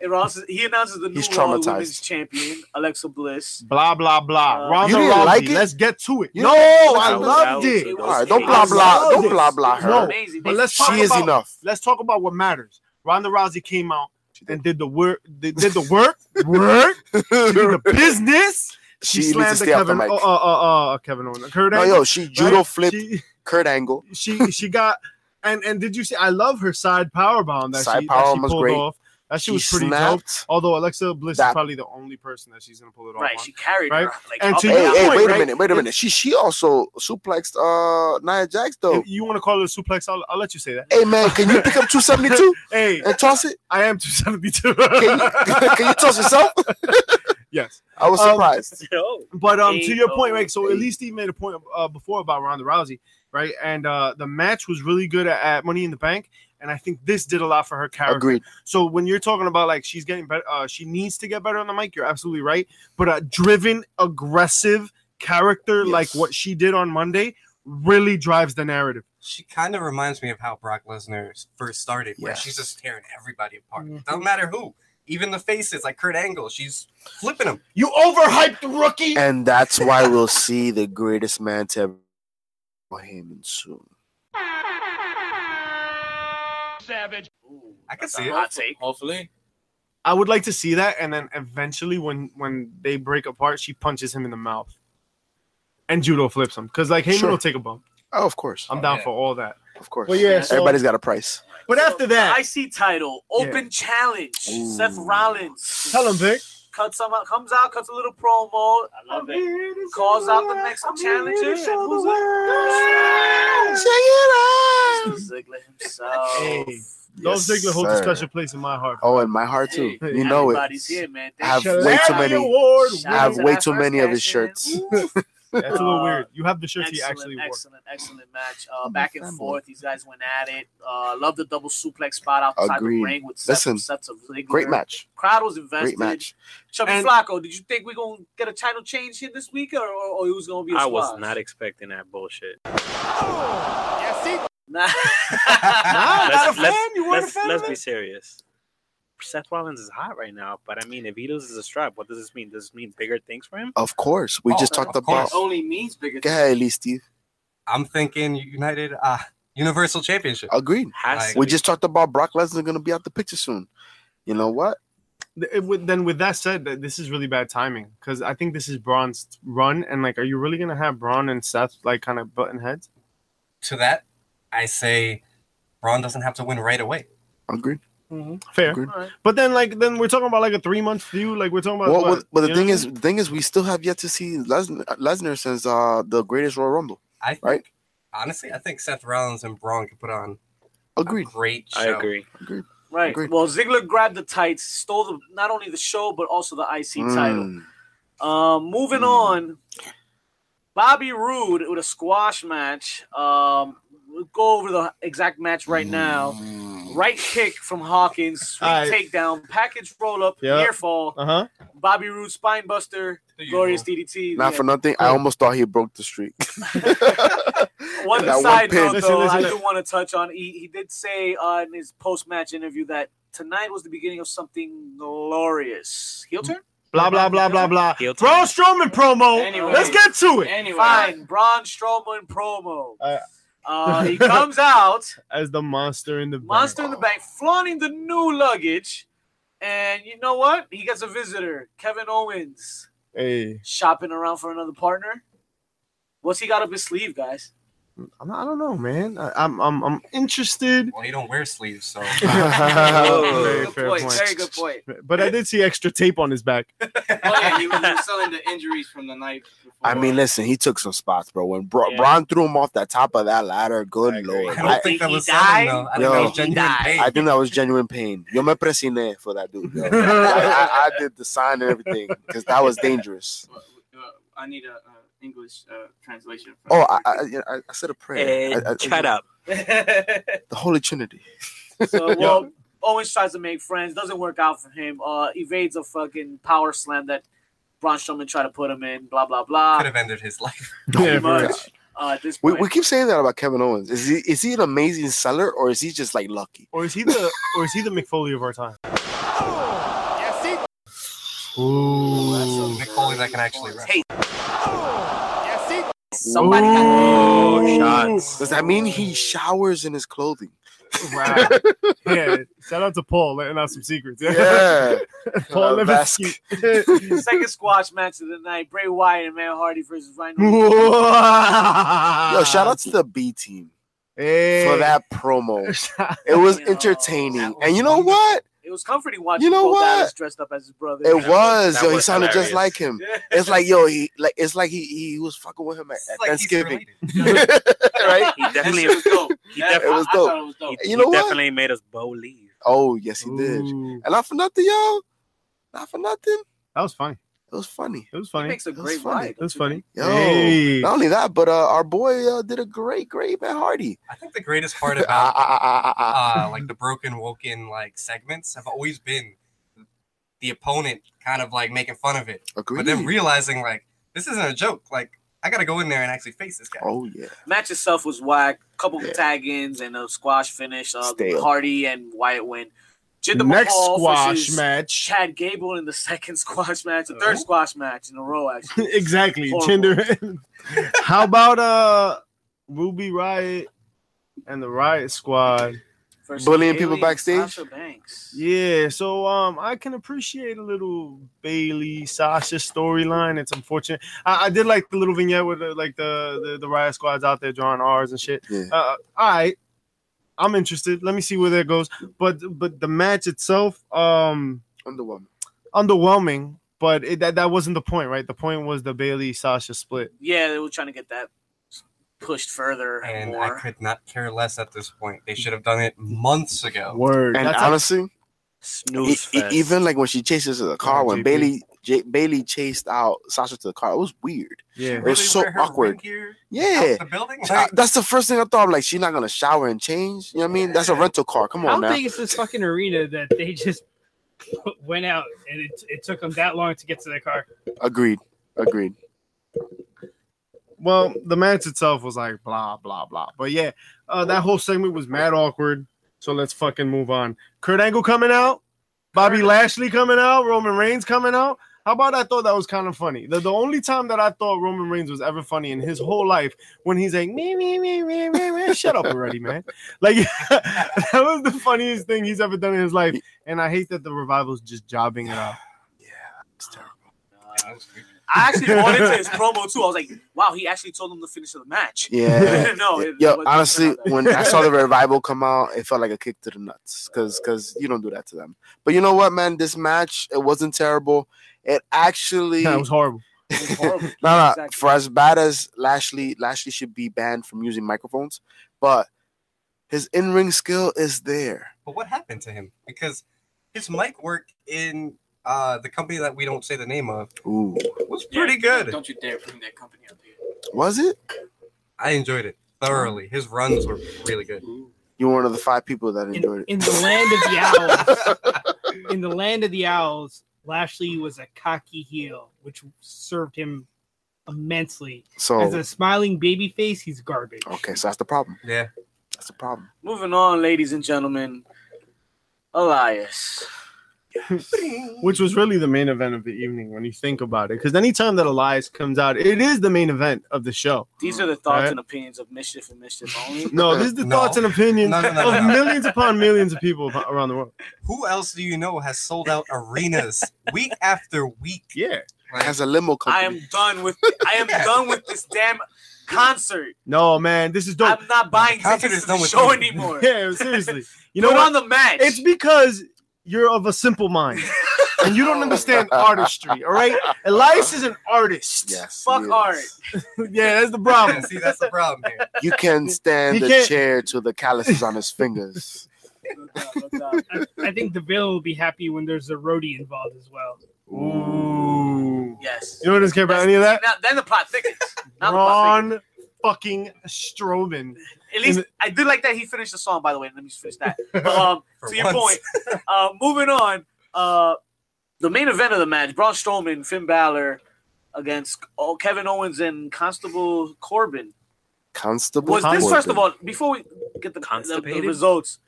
S3: It also- he announces the new
S5: He's
S3: Raw
S5: traumatized.
S3: Women's Champion, Alexa Bliss.
S4: Blah blah blah.
S3: Uh,
S4: Ronda
S5: You didn't
S4: Rousey.
S5: like it?
S4: Let's get to it.
S5: You
S4: no,
S5: didn't like
S4: I
S5: Oh, it?
S4: loved
S8: That was-
S4: it.
S5: All right, don't
S3: it
S5: blah
S3: was
S5: blah,
S4: amazing.
S5: don't blah blah her.
S4: No,
S3: amazing.
S4: but let's talk
S5: she is
S4: about-
S5: enough.
S4: Let's talk about what matters. Ronda Rousey came out and did the work. Did, did the work. work. She did the business.
S5: she
S4: she
S5: needs
S4: slammed
S5: to
S4: the
S5: stay off the
S4: Kevin. Uh,
S5: mic.
S4: uh, uh, uh, Kevin Owens. Kurt
S5: no,
S4: Angle,
S5: yo, she judo
S4: right?
S5: flipped
S4: She,
S5: Kurt Angle.
S4: she, she got. And and did you see? I love her side power bomb that
S5: Side
S4: she,
S5: power
S4: that she
S5: bomb was
S4: pulled
S5: great.
S4: off. That she
S5: She
S4: was pretty dope.
S5: snapped.
S4: Although Alexa Bliss is
S5: That-
S4: probably the only person that she's gonna pull it off.
S3: Right,
S4: on.
S3: she carried
S4: Right?
S3: her. Like,
S4: And
S3: up
S4: to
S3: and
S5: Hey,
S4: your
S3: down.
S5: hey,
S4: point,
S5: wait a
S4: right?
S5: minute, wait a minute. She she also suplexed uh Nia Jax though.
S4: If you want to call it a suplex? I'll, I'll let you say that.
S5: Hey man, can you pick up two seventy two
S4: Hey,
S5: and toss it?
S4: I am two seventy two.
S5: Can you, can you toss yourself?
S4: Yes.
S5: I was
S4: Um,
S5: surprised.
S3: Oh,
S4: But um, to
S3: Eight
S4: your point,
S3: oh
S4: right? So at
S3: eight.
S4: least he made a point uh, before about Ronda Rousey. right? And uh, the match was really good at, at Money in the Bank, and I think this did a lot for her character.
S5: Agreed.
S4: So when you're talking about like she's getting better, uh, she needs to get better on the mic. You're absolutely right. But a driven, aggressive character
S5: Yes.
S4: like what she did on Monday really drives the narrative.
S6: She kind of reminds me of how Brock Lesnar first started, where
S5: Yes.
S6: she's just tearing everybody apart. Doesn't matter who, even the faces like Kurt Angle, she's flipping them.
S4: You overhyped rookie.
S5: And that's why we'll see the greatest man to ever Heyman soon.
S3: Ooh,
S6: I can
S3: that's
S6: see
S3: a
S6: it.
S3: Hot take.
S9: Hopefully,
S4: I would like to see that, and then eventually, when when they break apart, she punches him in the mouth, and judo flips him because like Heyman
S5: Sure.
S4: will take a bump.
S5: Oh, of course.
S4: I'm
S6: Oh,
S4: down
S6: yeah.
S4: for all that.
S5: Of course.
S4: Well, yeah, so-
S5: Everybody's got a price.
S4: But after that,
S3: IC title, open challenge.
S5: Ooh.
S3: Seth Rollins
S4: tell him, Vic.
S3: cuts some out, comes out, cuts a little promo. I love it. Calls out the next challenger. and who's it? Ziggler himself.
S4: Hey, Dolph
S5: Yes,
S4: Ziggler holds a
S5: sir.
S4: special place in my heart.
S5: Oh, and my heart too.
S9: Hey,
S5: you know it.
S3: Everybody's here, man.
S5: I have
S3: Thank
S5: way too
S4: Shillelagh
S5: many-
S4: Award
S3: you.
S5: I have
S3: Shout
S5: way
S3: out
S5: too
S3: to
S5: many
S3: that
S5: of his
S3: first
S5: shirts.
S3: action.
S4: winner. That's a little
S3: Uh,
S4: weird. You have the shirt he
S3: excellent,
S4: actually wore.
S3: excellent, excellent match. Uh, back and
S5: Understandable.
S3: forth, these guys went at it. Uh, love the double suplex spot outside
S5: Agreed.
S3: the ring with sets,
S5: Listen,
S3: sets of Ziggler.
S5: Great match.
S3: Crowd was invested.
S5: Great match.
S3: Chubby
S4: And-
S3: Flacco, did you think we're gonna get a title change here this week, or or, or it was gonna be? A
S8: I was
S3: squash?
S8: not expecting that bullshit.
S3: Nah.
S4: Nah,
S8: Let's-
S4: not a fan.
S8: let's-
S4: you weren't a
S8: Let's
S4: fan
S8: let's
S4: of
S8: be
S4: it?
S8: serious. Seth Rollins is hot right now, but I mean, if he loses a strap, what does this mean? Does this mean bigger things for him?
S5: Of course. We
S6: Oh,
S5: just
S6: of
S5: talked about.
S6: course.
S9: it only means bigger.
S5: Go ahead, Lee Steve.
S6: I'm thinking United uh Universal Championship.
S5: Agreed.
S8: Has to
S5: We
S8: be.
S5: just talked about Brock Lesnar going to be out the picture soon. You know what?
S4: Th- it would- then with that said, th- this is really bad timing because I think this is Braun's run, and like, are you really gonna have Braun and Seth like kind of button heads?
S6: to that, I say Braun doesn't have to win right away.
S5: Agreed.
S1: Mm-hmm.
S4: Fair,
S5: Agreed.
S4: but then like, then we're talking about like a three month feud. Like we're talking about.
S5: Well,
S4: what,
S5: well, but the
S4: you
S5: thing
S4: know?
S5: is, the thing is, we still have yet to see Lesnar, Lesnar since uh, the Greatest Royal Rumble.
S6: I think,
S5: Right.
S6: honestly, I think Seth Rollins and Braun could put on
S5: Agreed.
S6: a great show.
S8: I agree.
S3: right.
S5: Agreed.
S3: Well, Ziggler grabbed the tights, stole the, not only the show but also the IC title.
S5: Mm.
S3: Um, moving
S5: Mm.
S3: on, Bobby Roode with a squash match. Um, we'll go over the exact match
S5: Mm.
S3: right now. Right kick from Hawkins, sweet
S4: All right.
S3: takedown, package roll up,
S4: Yeah.
S3: near fall,
S4: Uh huh.
S3: Bobby Roode spine buster,
S6: The usual.
S3: glorious DDT.
S5: Not
S3: Yeah.
S5: for nothing. I almost thought he broke the streak.
S3: One
S5: That one
S3: side
S5: pin.
S3: note,
S4: Listen,
S3: though,
S4: listen,
S3: I
S4: listen.
S3: do want to touch on. He, he did say uh, in his post match interview that tonight was the beginning of something glorious. Heel turn?
S4: Blah blah blah blah blah.
S8: Heel
S4: Braun
S8: turn.
S4: Strowman promo.
S9: Anyway.
S4: Let's get to it.
S9: Anyway,
S3: Fine. Braun Strowman promo.
S4: Uh,
S3: Uh, he comes out,
S4: As the monster in the bank.
S3: monster in the bank, flaunting the new luggage. And you know what? He gets a visitor, Kevin Owens,
S4: Hey,
S3: shopping around for another partner. What's he got up his sleeve, guys?
S4: I'm not- I don't know, man. I, I'm I'm I'm interested.
S6: Well, you don't wear sleeves, so
S9: Whoa.
S4: Very
S9: Oh, Good
S4: fair
S9: point.
S4: point.
S9: Very good point.
S4: But I did see extra tape on his back.
S9: Oh yeah, he was he was selling the injuries from the night. Before.
S5: I mean, listen, he took some spots, bro. When Bro-
S3: Yeah.
S5: Braun threw him off the top of that ladder, good
S4: I agree.
S5: lord.
S6: I
S5: I,
S6: don't think that
S3: He
S6: was selling,
S3: died.
S6: though. I
S5: Yo.
S6: think that was
S5: He
S6: genuine
S3: died.
S6: pain.
S5: I think that was genuine pain. Yo me presiné for that dude. yo. I, I, I did the sign and everything because that was dangerous.
S9: Uh, uh, I need a uh, English uh, translation. for
S5: Oh, I,
S9: that.
S5: I, you know, I, I said a prayer. I- I-
S8: Eh, shut up.
S5: The Holy Trinity.
S3: So, well, Owens tries to make friends, doesn't work out for him. Uh, evades a fucking power slam that Braun Strowman tried to put him in. Blah blah
S6: Could
S3: blah.
S6: have ended his life.
S4: Yeah,
S3: Pretty
S4: for real.
S3: much. Uh, at this
S5: We,
S3: point,
S5: we keep saying that about Kevin Owens. Is he is he an amazing seller or is he just like lucky?
S4: Or is he the or is he the McFoley of our time? Ooh.
S6: Mick Foley that can actually wrestle.
S3: Hey. Somebody had
S8: Oh,
S4: Ooh.
S5: Does that mean he showers in his clothing?
S4: Wow. yeah. Shout out to Paul letting out some secrets. Paul
S5: Uh,
S4: Levinsky.
S3: second squash match of the night: Bray Wyatt and Man Hardy versus Rhino.
S5: Yo,
S4: Yo,
S5: shout out to the B team
S4: hey.
S5: for that promo. It was entertaining. And you know what?
S3: It was comforting watching
S5: You
S3: you
S5: know
S3: Bo
S5: what?
S3: Dallas dressed up as his brother.
S5: It was.
S8: That
S5: Yo, he
S8: was
S5: sounded just
S8: hilarious.
S5: like him. It's like yo, he like it's like he he was fucking with him at,
S6: It's
S5: at
S6: like he's
S5: Thanksgiving.
S6: related.
S5: right?
S8: He definitely,
S9: It was dope. That-
S8: def-
S5: It was
S9: I- I
S5: dope.
S9: thought it was dope.
S8: he,
S5: You know
S8: he
S5: what?
S8: definitely made us bow leave.
S5: Oh, yes he did.
S4: Ooh.
S5: And not for nothing, yo. Not for nothing.
S4: That was fun.
S5: It was funny.
S4: It was funny.
S3: makes a
S5: It was
S3: great
S5: funny.
S3: ride.
S4: It was funny.
S5: Yo,
S4: Hey.
S5: not only that, but uh, our boy uh, did a great, great man Hardy.
S6: I think the greatest part
S5: Ah, ah,
S6: about
S5: ah, ah, ah, ah.
S6: uh, like the broken woken like segments have always been the opponent kind of like making fun of it, but
S5: Agreed.
S6: then realizing like this isn't a joke. Like I gotta go in there and actually face this guy.
S5: oh yeah,
S3: Match itself was whack. Couple
S5: Yeah.
S3: tag ins and a squash finish. Uh,
S5: Stale.
S3: Hardy and Wyatt win. Jinder
S4: Next
S3: Mahal
S4: squash
S3: versus
S4: match.
S3: Chad Gable in the second squash match, the third squash match in a row. Actually,
S4: exactly.
S3: Horrible.
S4: Tinder. How about uh Ruby Riot and the Riot Squad?
S3: Versus
S5: Bullying
S3: Bayley
S5: people
S3: and
S5: backstage?
S3: Sasha Banks.
S4: Yeah, so um I can appreciate a little Bailey Sasha storyline. It's unfortunate. I, I did like the little vignette with the, like the, the the Riot Squads out there drawing R's and shit.
S5: yeah.
S4: Uh, all right, I'm interested. Let me see where that goes. But but the match itself, um,
S5: Underwoman.
S4: underwhelming. But it, that that wasn't the point, right? The point was the Bailey Sasha split.
S3: Yeah, they were trying to get that pushed further and,
S6: And I
S3: more.
S6: could not care less at this point. They should have done it months ago.
S4: Word.
S5: And
S4: That's how-
S5: honestly, e-
S8: Snooze
S5: e-
S8: fest.
S5: even like when she chases to the car,
S4: Oh,
S5: when
S4: JP.
S5: Bailey J- Bailey chased out Sasha to the car, it was weird.
S4: yeah.
S5: It was so
S6: wear her ring
S5: awkward.
S6: gear out
S5: Yeah,
S6: the building.
S5: I-
S6: Like,
S5: that's the first thing I thought. I'm like, she's not gonna shower and change. You know what I mean? That's a rental car. Come
S1: I
S5: on
S1: don't
S5: now.
S1: think it's this fucking arena that they just went out and it, it took them that long to get to their car.
S5: Agreed. Agreed.
S4: Well, the match itself was like blah blah blah. But yeah, uh, that whole segment was mad awkward. So let's fucking move on. Kurt Angle coming out, Bobby Lashley coming out, Roman Reigns coming out. How about I thought that was kind of funny? The, the only time that I thought Roman Reigns was ever funny in his whole life when he's like me me me me me me shut up already, man. Like that was the funniest thing he's ever done in his life. And I hate that the revival's just jobbing it out.
S6: that was weird.
S3: I actually bought into his promo too. I was like, wow, he actually told him the finish of the match.
S5: Yeah.
S3: no, it- it
S5: Yo,
S3: wasn't
S5: honestly,
S3: about that.
S5: when I saw the revival come out, it felt like a kick to the nuts because because you don't do that to them. But you know what, man? This match it wasn't terrible. It actually
S4: That was horrible.
S3: It was horrible.
S5: no, no.
S3: Exactly.
S5: For as bad as Lashley, Lashley should be banned from using microphones, but his in-ring skill is there.
S6: But what happened to him? Because his mic work in uh, the company that we don't say the name of
S5: Ooh,
S6: was
S9: Yeah,
S6: pretty good.
S9: Don't you dare bring that company up here.
S5: was it?
S6: I enjoyed it thoroughly. His runs were really good.
S5: You were one of the five people that
S1: In,
S5: enjoyed it.
S1: in the land of the owls, in the land of the owls, Lashley was a cocky heel, which served him immensely.
S4: Oh.
S1: As
S5: So
S1: a smiling baby face, he's garbage.
S5: okay, so that's the problem.
S6: Yeah.
S5: That's the problem.
S3: Moving on, ladies and gentlemen. Elias.
S4: which was really the main event of the evening when you think about it. Because anytime that Elias comes out, it is the main event of the show.
S3: These are the thoughts
S4: Alright.
S3: and opinions of mischief and mischief only.
S4: No, this is the
S6: No.
S4: thoughts and opinions
S6: No, no, no, no,
S4: of
S6: no.
S4: millions upon millions of people ab- around the world.
S6: Who else do you know has sold out arenas week after week?
S4: Yeah.
S6: Like,
S5: As a limo
S3: I
S5: company,
S3: am done with I am done with this damn concert.
S4: No, man, this is dope.
S3: I'm not buying
S6: Concert
S3: tickets
S6: is
S3: to
S6: done
S3: the
S6: with
S3: show
S6: me.
S3: anymore.
S4: yeah, seriously. You know
S3: Put
S4: what?
S3: on the match.
S4: It's because you're of a simple mind and you don't understand artistry. All right, Elias is an artist.
S5: yes,
S3: fuck
S5: yes.
S3: art.
S4: yeah, that's the
S6: yeah,
S4: problem.
S6: see, that's the problem here.
S5: You can't stand
S4: He
S5: the
S4: can't-
S5: chair to the calluses on his fingers.
S3: No doubt, no doubt.
S1: I, I think the villain will be happy when there's a roadie involved as well.
S4: Ooh.
S3: Yes.
S4: You don't care about
S3: That's-
S4: any of that?
S3: Now, then the plot thickens. Now the plot thickens.
S4: Ron fucking Strowman.
S3: At least
S4: is
S3: I did like that he finished the song. By the way, let me just finish that. But, um,
S6: For
S3: to your
S6: once.
S3: point, uh, moving on. Uh, the main event of the match: Braun Strowman, Finn Balor against oh, Kevin Owens and Constable Corbin.
S5: Constable.
S3: Was this first
S5: Corbin.
S3: of all before we get the, the, the
S8: Constipated?
S3: results?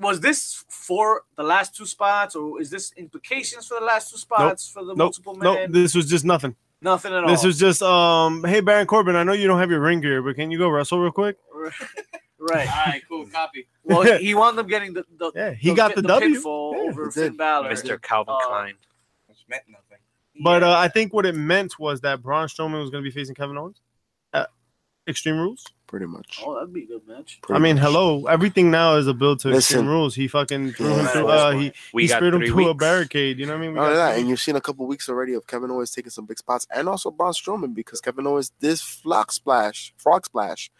S3: Was this for the last two spots, or is this implications for the last two spots for the
S4: Nope.
S3: multiple
S4: No,
S3: man?
S4: this was just nothing.
S3: Nothing at all.
S4: This was just um hey Baron Corbin, I know you don't have your ring gear, but can you go wrestle real quick?
S3: right.
S9: All right, cool. Copy.
S3: Well, he wound up getting the, the
S4: Yeah, he got the, W.
S3: pinfall
S4: Yeah,
S3: over
S5: he
S3: Finn
S5: did.
S3: Balor.
S8: Mr. Calvin
S3: Uh,
S8: Klein.
S6: Which meant nothing.
S4: But uh, I think what it meant was that Braun Strowman was going to be facing Kevin Owens. at Extreme Rules.
S5: Pretty much.
S3: oh, that'd be a good match.
S4: I
S5: Pretty
S4: mean,
S5: much.
S4: hello. Everything now is a build to
S5: Listen.
S4: Extreme Rules. He fucking threw him
S5: Yeah.
S4: through. Uh, he
S8: We
S4: he
S8: got
S4: speared him
S8: three
S4: through
S8: weeks.
S4: a barricade. You know what I mean? We
S5: Not
S4: got
S5: only that,
S4: three
S5: and
S4: weeks.
S5: you've seen a couple weeks already of Kevin Owens taking some big spots, and also Braun Strowman because Kevin Owens did flock splash, frog splash,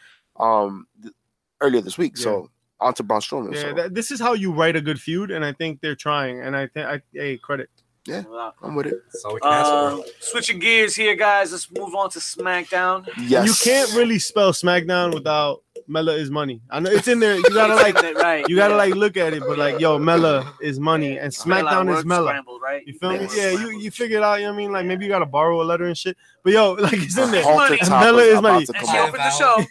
S5: um, th- earlier this week. So on to Braun Strowman.
S4: yeah,
S5: so.
S4: that, this is how you write a good feud, and I think they're trying. And I think I hey credit
S5: Yeah, I'm with it.
S6: So
S3: Um, switching gears here, guys. Let's move on to SmackDown.
S4: You can't really spell SmackDown without Mela is money. I know it's in there. You gotta like,
S3: right.
S4: you gotta like look at it, but like, yo, Mela is money, and SmackDown
S3: Mela,
S4: is
S3: word
S4: Mela.
S3: scrambled, right?
S4: You feel me? Yeah, you you figure it out. You know what I mean? Like maybe you gotta borrow a letter and shit. But yo, like it's in there.
S5: Haunted
S4: And
S5: Top
S4: Mela
S5: is
S4: is
S5: about
S4: money.
S5: to
S3: And
S5: come
S3: she
S5: out.
S3: opened the show.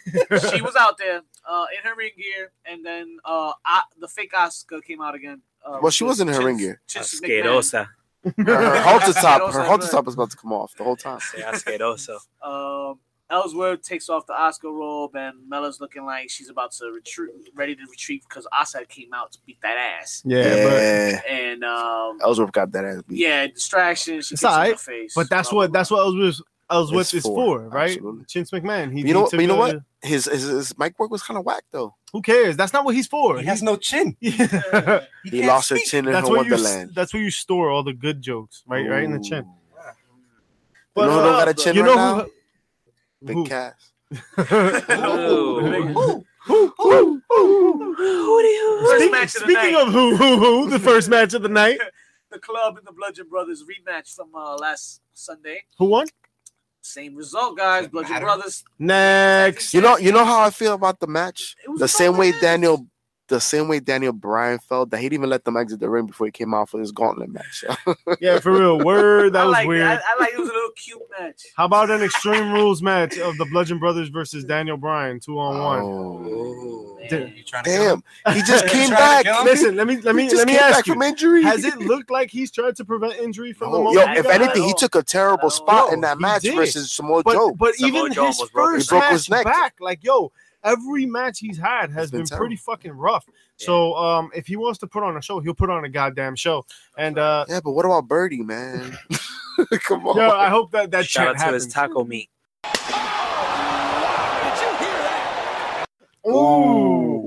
S3: Oh, she was out there uh, in her ring gear, and then uh, I, the fake Oscar came out again. Uh,
S5: Well, she was in her
S3: Chins-
S5: ring gear.
S3: Chins McMahon.
S8: Asquerosa.
S5: Her halter top, her
S3: Asquerosa,
S5: halter
S3: right.
S5: top is about to come off the whole time.
S8: Say asqueroso.
S3: Um, Ellsworth takes off the Oscar robe, and Mela's looking like she's about to retreat, ready to retreat because Asa came out to beat that ass.
S4: Yeah, but
S5: Yeah,
S3: And um,
S5: Ellsworth got that ass beat.
S3: yeah, distraction. She
S4: It's
S3: kicks him in
S4: alright,
S3: the face.
S4: but that's
S3: blah,
S4: what
S3: blah,
S4: that's what Ellsworth Ellsworth
S5: It's
S4: is
S5: for,
S4: for, right?
S5: absolutely.
S4: Chins McMahon. He,
S5: You know
S4: he
S5: what-
S4: took
S5: you know
S4: the-
S5: what? His, his his mic work was kind of whack though.
S4: Who cares? That's not what he's for.
S6: He
S4: He's
S6: has no chin.
S4: yeah.
S5: Uh, He lost her chin in
S4: that's
S5: her
S4: where you
S5: Wonderland.
S4: that's where you store all the good jokes, right? Right in the chin. uh,
S5: You know who don't got a chin
S4: You
S5: right
S4: know who?
S5: now? Big Cass.
S8: Ooh.
S3: Ooh.
S4: who,
S3: First
S4: Speak-
S3: match of the
S4: speaking
S3: night.
S4: of who, who, who, the first match of the night,
S3: the club and the Bludgeon Brothers rematch from uh, last Sunday.
S4: who won?
S3: Same result, guys.
S6: Doesn't
S3: Bludgeon
S6: matter.
S3: Brothers.
S4: Next,
S5: You know, you know how I feel about the match.
S3: It was
S5: The
S3: a
S5: same
S3: fun
S5: way
S3: match.
S5: Daniel, the same way Daniel Bryan felt that he didn't even let them exit the ring before he came out for this gauntlet match.
S4: yeah, for real. Word, that
S3: I
S4: was
S3: like
S4: weird.
S3: I, I like it was a little cute match.
S4: How about an Extreme Rules match of the Bludgeon Brothers versus Daniel Bryan, two on one?
S5: Oh,
S6: You trying to kill
S5: damn,
S6: him?
S5: he just
S6: You
S5: came back.
S6: trying to kill him?
S4: Listen, let me let
S5: Oh. He
S4: me
S5: just
S4: let me
S5: came
S4: ask
S5: back
S4: you.
S5: from injury.
S4: Has it looked like he's tried to prevent injury from the
S5: No,
S4: moment?
S5: yo,
S4: he
S5: if
S4: got
S5: anything,
S4: hurt?
S5: he took a terrible
S3: Yo,
S5: spot in that
S4: he
S5: match
S4: did.
S5: versus Samoa
S4: but,
S5: Joe.
S4: But
S8: Samoa
S4: even
S8: Joe
S4: his
S8: almost broke
S4: first
S5: He broke
S4: match
S5: his neck.
S4: back, like yo, every match he's had has
S5: It's been
S4: been, pretty
S5: terrible.
S4: fucking rough. So um, if he wants to put on a show, he'll put on a goddamn show. And uh,
S5: yeah, but what about Birdie, man? Come on.
S4: yo, I hope that that
S8: Shout
S4: chant
S8: out to his
S4: happens.
S8: taco meat.
S5: Ooh,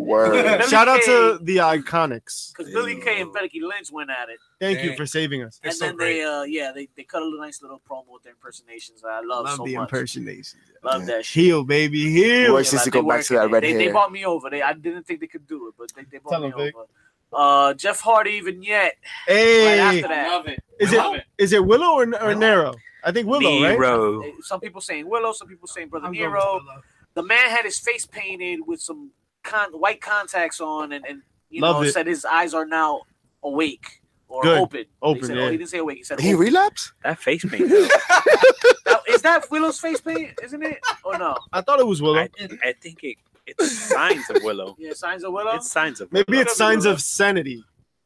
S5: word.
S3: Billy
S4: Shout out
S3: Kay-
S4: to the Iconics.
S3: because Billy Kay and Becky Lynch went at it,
S4: Thank you
S6: Dang.
S4: for saving us.
S6: They're
S3: and
S6: so
S3: then
S6: great.
S3: they uh yeah they, they cut a little nice little promo with their impersonations. that I love,
S4: Love
S3: so
S4: the
S3: much.
S4: impersonation.
S3: Love that shit.
S4: Heel, baby, heel.
S5: Boy, since
S3: they
S5: you go back
S3: working
S5: to that
S3: it.
S5: red
S3: they, they
S5: hair.
S3: bought me over. They I didn't think they could do it, but they, they bought
S4: Tell
S3: me
S4: them, Vic.
S3: over. Uh, Jeff Hardy even yet right
S4: Hey,
S3: after
S9: I
S3: that.
S9: love it.
S4: is
S9: I love
S4: it is it Willow or, or
S6: Willow.
S4: Nero? I think Willow, right?
S8: Nero.
S3: Eh, Some people saying Willow, some people saying Brother
S1: I'm going with
S3: Nero.
S1: Willow.
S3: The man had his face painted with some con- white contacts on, and, and you
S4: Love
S3: know
S4: it.
S3: said his eyes are now awake or
S4: Good.
S3: open.
S4: Open,
S3: He, said,
S4: yeah.
S3: oh, he didn't say awake. He said
S5: He
S3: open.
S5: relapsed.
S8: That face paint. though.
S3: Now, is that Willow's face paint? Isn't it? Or no?
S4: I thought it was Willow.
S8: I, I think it, it's signs of Willow.
S3: Yeah, signs of Willow.
S8: It's signs of
S4: Maybe
S8: Willow.
S4: it's signs of sanity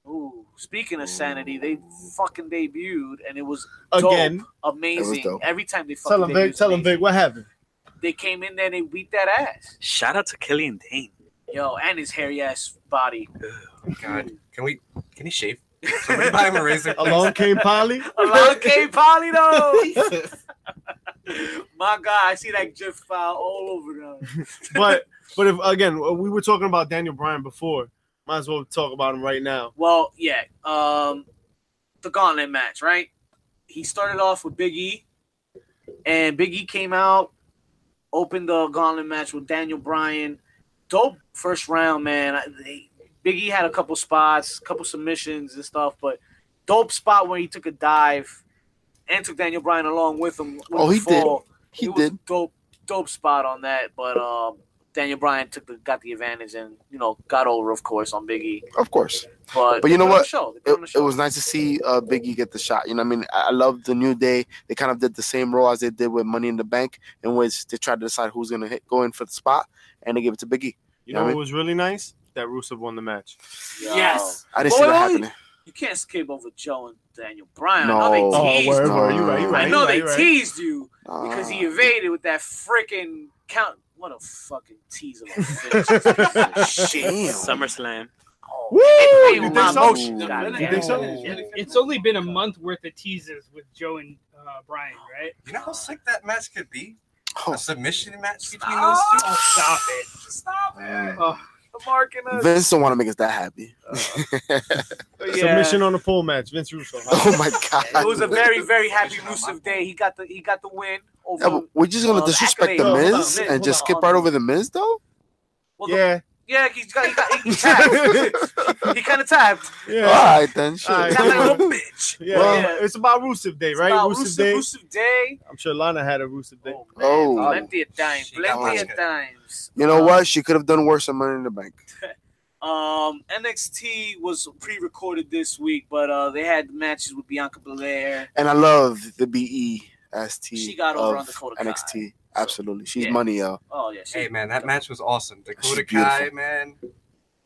S3: Ooh, speaking of sanity, they fucking debuted and it was
S4: again.
S3: dope, amazing.
S5: It was dope.
S3: Every time they fucking
S4: Tell him,
S3: debuted,
S4: Vic. Tell him,
S3: amazing.
S4: Vic. What happened?
S3: They came in there and they beat that ass,
S8: Shout out to Killian Dane.
S3: yo, and his hairy ass body.
S6: God, can we? Can he shave? Somebody buy him a razor. please.
S4: Along came Polly.
S3: Along came Polly though. My God, I see that GIF file all over now.
S4: But but if again we were talking about Daniel Bryan before, might as well talk about him right now.
S3: Well, yeah, um, the gauntlet match, right? He started off with Big E, and Big E came out, opened the gauntlet match with Daniel Bryan. Dope first round, man. I- they- Big E had a couple spots, couple submissions and stuff, but dope spot where he took a dive and took Daniel Bryan along with him. with
S5: Oh,
S3: the
S5: he did.
S3: fall.
S5: He
S3: it was
S5: did.
S3: a dope, dope spot on that, but um, Daniel Bryan took the got the advantage and you know got over, of course, on Big E.
S5: Of course.
S3: But,
S5: But you know
S3: they put on
S5: what?
S3: a show. They put
S5: It,
S3: on a
S5: it
S3: show.
S5: was nice to see uh, Biggie get the shot. You know, what I mean, I, I love the new day. They kind of did the same role as they did with Money in the Bank, in which they tried to decide who's gonna hit, go in for the spot, and they gave it to Biggie.
S4: You
S5: Yeah,
S4: know
S5: I
S4: what
S5: mean-
S4: was really nice? That Rusev won the match.
S3: Yes.
S5: I didn't
S3: Boy,
S5: see that
S3: boy.
S5: happening.
S3: You can't skip over Joe and Daniel Bryan.
S5: No.
S3: I know
S5: Oh,
S3: they teased
S5: word,
S3: you.
S5: word. You right, you
S3: I
S5: right, Ah.
S3: know they teased you because he
S5: Nah.
S3: evaded with that freaking count. What a fucking tease of a finish. Shit.
S8: SummerSlam.
S3: Oh,
S4: Woo!
S3: they
S4: You
S3: played with
S4: think
S3: my
S4: so?
S3: emotions,
S5: You
S3: goddamn.
S4: think so?
S1: It- it's only been a month worth of teases with Joe and uh, Brian, right?
S6: You know how sick that match could be?
S5: Oh.
S6: A submission match between those
S3: Oh,
S6: two.
S1: Stop it.
S3: Stop it.
S1: Oh,
S3: The marking us.
S5: Vince don't want to make us that happy.
S3: Yeah.
S4: Submission on a pole match. Vince Russo.
S5: oh my god!
S3: It was a very, very happy Rusev day. He got the he got the win over.
S5: Yeah, but we're just gonna
S3: Uh,
S5: disrespect the
S3: accolades.
S5: Miz
S3: Hold on,
S5: and just
S3: hold
S5: skip
S3: on.
S5: right over the Miz, though.
S3: well, the-
S4: yeah.
S3: yeah. Yeah, he's got, he, got, he tapped. he kind of tapped.
S4: Yeah.
S5: All right, then. Shit.
S4: All right.
S3: Tapped like a little bitch.
S4: Yeah,
S3: Well,
S4: Ah. it's about Rusev Day, right?
S3: Wow,
S4: Rusev,
S3: Rusev,
S4: Day.
S3: Rusev Day.
S4: I'm sure Lana had a Rusev Day.
S3: Oh, man.
S5: Oh.
S3: plenty of times.
S6: She got
S3: Plenty
S6: one.
S3: of times.
S5: You know what? She could have done worse than Money in the Bank.
S3: Um, NXT was pre-recorded this week, but uh, they had matches with Bianca Belair.
S5: And I love the B E S T.
S3: She got over on
S5: of
S3: Dakota Kai,
S5: NXT. Absolutely. She's
S3: yeah.
S5: money, y'all.
S3: Oh yeah, she,
S6: Hey man, that match was awesome. Dakota
S5: She's beautiful.
S6: Kai, man, put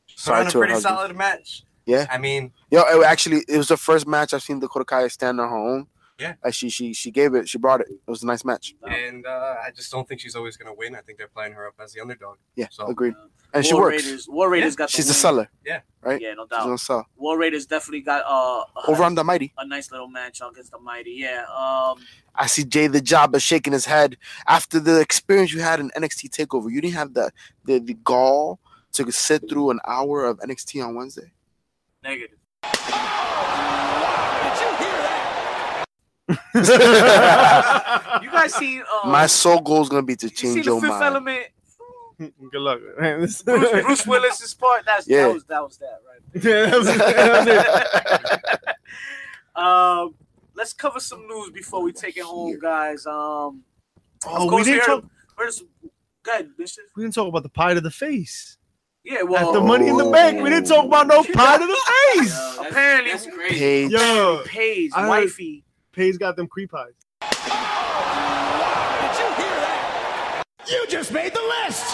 S5: Sorry
S6: on a
S5: to her
S6: pretty
S5: husband.
S6: solid match.
S5: Yeah.
S6: I mean,
S5: Yo, it, actually, it was the first match I've seen Dakota Kai stand on her own.
S6: Yeah.
S5: Like she she she gave it. She brought it. It was a nice match.
S3: No.
S6: and uh, I just don't think she's always gonna win. I think they're playing her up as the underdog.
S5: Yeah.
S6: So-
S5: agreed.
S3: Uh,
S5: And she
S3: War
S5: works.
S3: Raiders, War Raiders got the
S5: She's a
S3: win.
S5: seller. right?
S3: Yeah, no
S5: She's
S3: doubt.
S5: gonna sell.
S3: War Raiders definitely got uh, a,
S5: Over on the mighty.
S3: a nice little match against the Mighty. Yeah. Um,
S5: I see Jay the Jobber shaking his head after the experience you had in NXT Takeover. You didn't have the the, the gall to sit through an hour of NXT on Wednesday.
S3: negative.
S4: Oh.
S3: You guys seen? Um,
S5: My sole goal is gonna be to
S3: you seen
S5: change
S3: the
S5: your
S3: Fifth
S5: mind.
S3: Element?
S4: Good luck. Man, this-
S3: Bruce, Bruce Willis's part. That's
S5: Yeah.
S3: that was that was that right.
S4: Yeah, that was it. That was it.
S3: Um, let's cover some news before we take it home,
S5: Here.
S3: guys. Um,
S4: Oh, we didn't talk.
S3: Where's good, Bishop?
S4: We didn't talk about the pie to the face.
S3: Yeah,
S4: At
S3: well, uh,
S4: the Money in the Bank, we didn't talk about no pie to the face.
S9: Yo, that's,
S3: Apparently-
S9: that's crazy.
S5: Paige,
S4: Yo,
S3: Paige,
S4: I heard-
S3: wifey.
S4: Paige got them creep pies.
S2: You just made the list.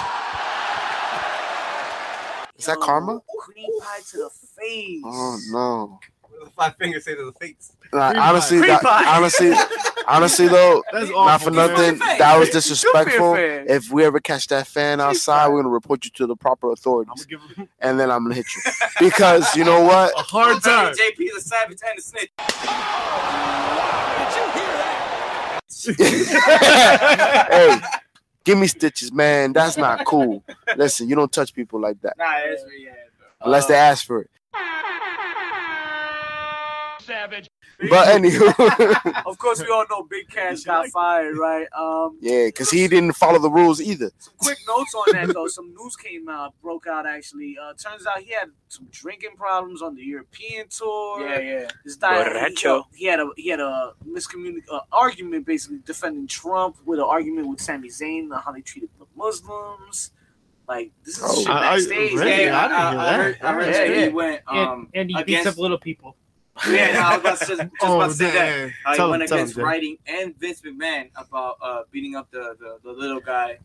S5: is
S3: Yo,
S5: that karma?
S3: Cream pie to the face.
S5: Oh no!
S6: What do the five fingers say to the fates?
S5: Nah,
S4: Cream
S5: honestly,
S3: pie.
S5: that,
S3: Cream pie.
S5: honestly, honestly though,
S4: That's awful.
S5: not for
S4: man.
S5: nothing.
S3: He's not a fan.
S5: That was
S3: Don't
S5: disrespectful.
S3: be a fan.
S5: If we ever catch that fan outside, we're gonna report you to the proper
S4: I'm
S5: authorities,
S4: gonna give him
S5: and then I'm gonna hit you because you know what?
S4: a hard time.
S9: JP the savage and the snitch.
S5: hey, give me stitches, man. That's not cool. Listen, you don't touch people like that
S9: Nah, that's what yeah.
S5: unless they ask for it.
S2: Savage.
S5: But anywho,
S3: Of course, we all know Big Cass got fired, right? Um,
S5: yeah, because he didn't follow the rules either.
S3: some quick notes on that though. Some news came out, broke out actually. Uh, turns out he had some drinking problems on the European tour.
S9: Yeah, yeah.
S3: His diet, he,
S8: Borracho.
S3: uh, he had a he had a miscommunic uh, argument basically defending Trump with an argument with Sami Zayn on how they treated the Muslims. Like this is
S5: Oh.
S3: shit
S4: I- I-
S3: backstage.
S4: really?
S3: yeah.
S4: I didn't hear
S9: I,
S4: that.
S9: heard, I heard
S3: Yeah,
S9: that
S3: yeah.
S9: he went
S1: And,
S9: um,
S1: and he
S9: against,
S1: beats up little people.
S9: Yeah, no, I was about to, just about to say that. I
S4: Oh, Tell
S9: went
S4: him, tell him,
S9: against
S4: Jay.
S9: writing and Vince McMahon about uh, beating up the, the, the little guy.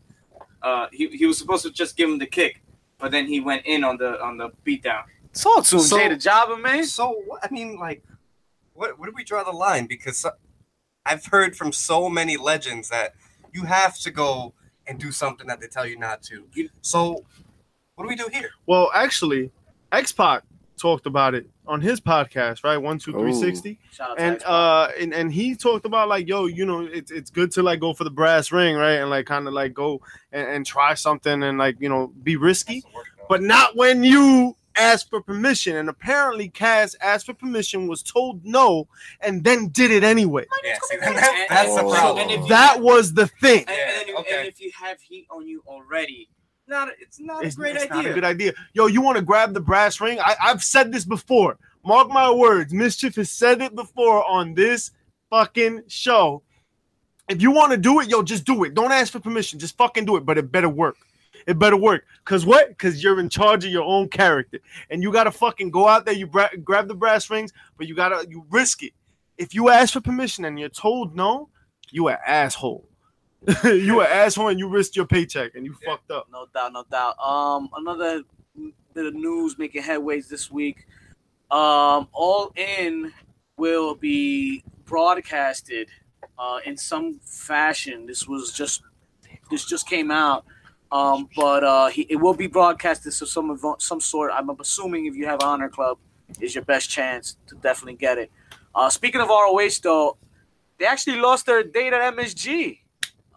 S9: Uh, he, he was supposed to just give him the kick, but then he went in on the on the beatdown.
S5: Oh,
S6: So
S3: So, Jay the Jobber man.
S6: So what? I mean, like, what? Where do we draw the line? Because so- I've heard from so many legends that you have to go and do something that they tell you not to.
S3: You-
S6: So what do we do here?
S4: Well, actually, X Pac talked about it on his podcast, right? One, two, three,
S5: Oh.
S4: sixty.
S3: Shout out to
S4: and
S3: Xbox.
S4: uh and, and he talked about like yo you know it's it's good to like go for the brass ring right and like kind of like go and, and try something and like you know be risky but not when you ask for permission and apparently Cass asked for permission was told no and then did it anyway
S6: yeah, see, then that- that's the
S5: Oh.
S6: problem.
S9: And if-
S4: that was the thing
S9: And,
S6: Yeah,
S9: and, you,
S6: okay.
S9: and if you have heat on you already, not it's not
S4: it's,
S9: a great
S4: it's
S9: idea.
S4: not a good idea yo you want to grab the brass ring I, I've said this before mark my words mischief has said it before on this fucking show if you want to do it, yo, just do it. Don't ask for permission. Just fucking do it. But it better work. It better work. Cause what? Cause you're in charge of your own character, and you gotta fucking go out there. You bra- grab the brass rings, but you gotta you risk it. If you ask for permission and you're told no, you an asshole. you an asshole, and you risked your paycheck, and you
S6: Yeah.
S4: fucked up.
S3: No doubt, no doubt. Um, another bit of news making headways this week. Um, All In will be broadcasted uh, in some fashion. This was just this just came out, um, but uh, he, it will be broadcasted so some of some sort. I'm assuming if you have Honor Club, is your best chance to definitely get it. Uh, speaking of ROH though, they actually lost their date at MSG.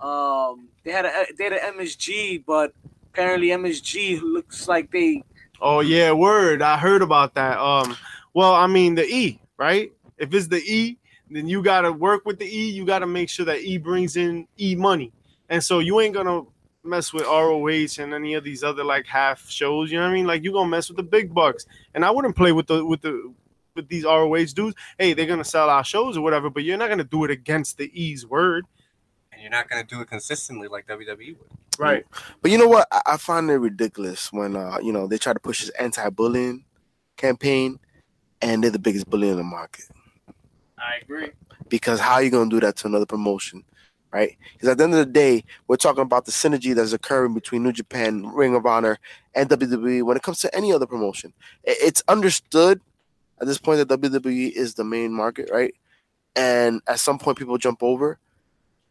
S3: Um, they had a they had an MSG, but apparently MSG looks like they
S4: Oh yeah, word. I heard about that. Um, well, I mean the E, right? If it's the E, then you gotta work with the E. You gotta make sure that E brings in E money, and so you ain't gonna mess with ROH and any of these other like half shows. You know what I mean? Like you gonna mess with the big bucks, and I wouldn't play with the with the with these ROH dudes. Hey, they're gonna sell our shows or whatever, but you're not gonna do it against the E's word.
S6: and you're not going to do it consistently like WWE would.
S4: Right.
S5: But you know what? I, I find it ridiculous when uh, you know they try to push this anti-bullying campaign, and they're the biggest bully in the market.
S9: I agree.
S5: Because how you gonna do that to another promotion, right? Because at the end of the day, we're talking about the synergy that's occurring between New Japan, Ring of Honor, and WWE when it comes to any other promotion. I- It's understood at this point that WWE is the main market, right? And at some point, people jump over,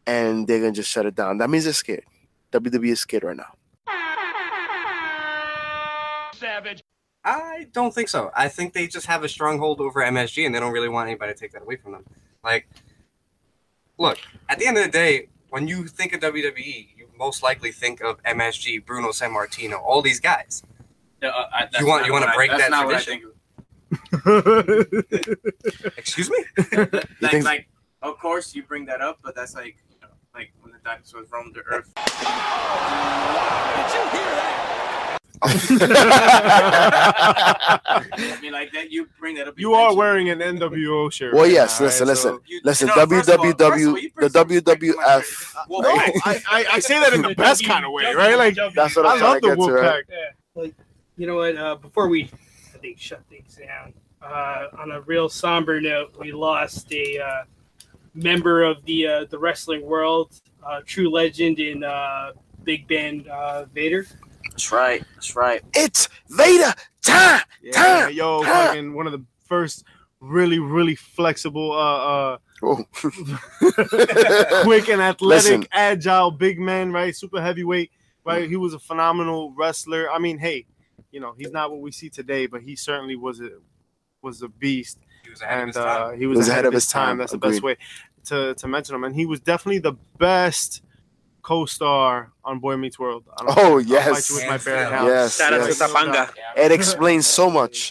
S5: and they're gonna just shut it down. That means they're scared. WWE is scared right now.
S6: Savage. I don't think so. I think they just have a stronghold over MSG and they don't really want anybody to take that away from them. Like, look, at the end of the day, when you think of WWE, you most likely think of MSG, Bruno San Martino, all these guys.
S9: Yeah, uh, I, that's
S6: you want
S9: not
S6: you want
S9: what
S6: to
S9: I-
S6: break
S9: that's
S6: that
S9: not what I
S6: tradition?
S9: think
S6: Excuse me?
S5: You
S9: Like,
S5: think-
S9: like, of course you bring that up, but that's like, you know, like when the dinosaurs roamed the earth. I mean, like that. You bring that up.
S4: You are wearing an NWO shirt.
S5: Well,
S4: right
S5: yes.
S4: now,
S5: listen,
S4: right?
S5: listen,
S4: So-
S9: You-
S5: listen.
S9: no, first of all-
S5: WWW,
S9: first of all, you bring
S5: the
S9: some respect to my
S5: WWF.
S9: shirt.
S4: no, I, I, I say that in the best
S1: E
S4: kind of
S9: E
S4: way, right? Like
S5: That's what
S4: I
S5: I'm
S4: love the
S5: trying to get to.
S4: Wolfpack.
S5: Right?
S1: Yeah, like E. you know what? Uh, before we, I think, shut things down. Uh, on a real somber note, we lost a uh, member of the uh, the wrestling world, uh, true legend in uh, Big Ben uh, Vader.
S3: That's right. That's right.
S5: It's Vader time.
S4: Yeah, yo,
S5: Time.
S4: fucking one of the first really, really flexible, uh, uh,
S5: Oh.
S4: quick and athletic,
S5: Listen.
S4: agile big man, right? Super heavyweight,
S9: Mm-hmm.
S4: right? He was a phenomenal wrestler. I mean, hey, you know, he's not what we see today, but he certainly was a was a beast,
S6: He was ahead of
S4: and
S6: his time.
S4: uh, he was, ahead, of his time. That's the best
S5: Agreed.
S4: way to to mention him, and he was definitely the best co-star on Boy Meets World. I don't
S5: Oh
S4: I'll fight
S5: yes,
S4: you with my bare
S6: Yes.
S4: hands.
S5: Yes,
S8: Shout out to
S5: yes.
S8: Zapanga.
S5: it explains so much.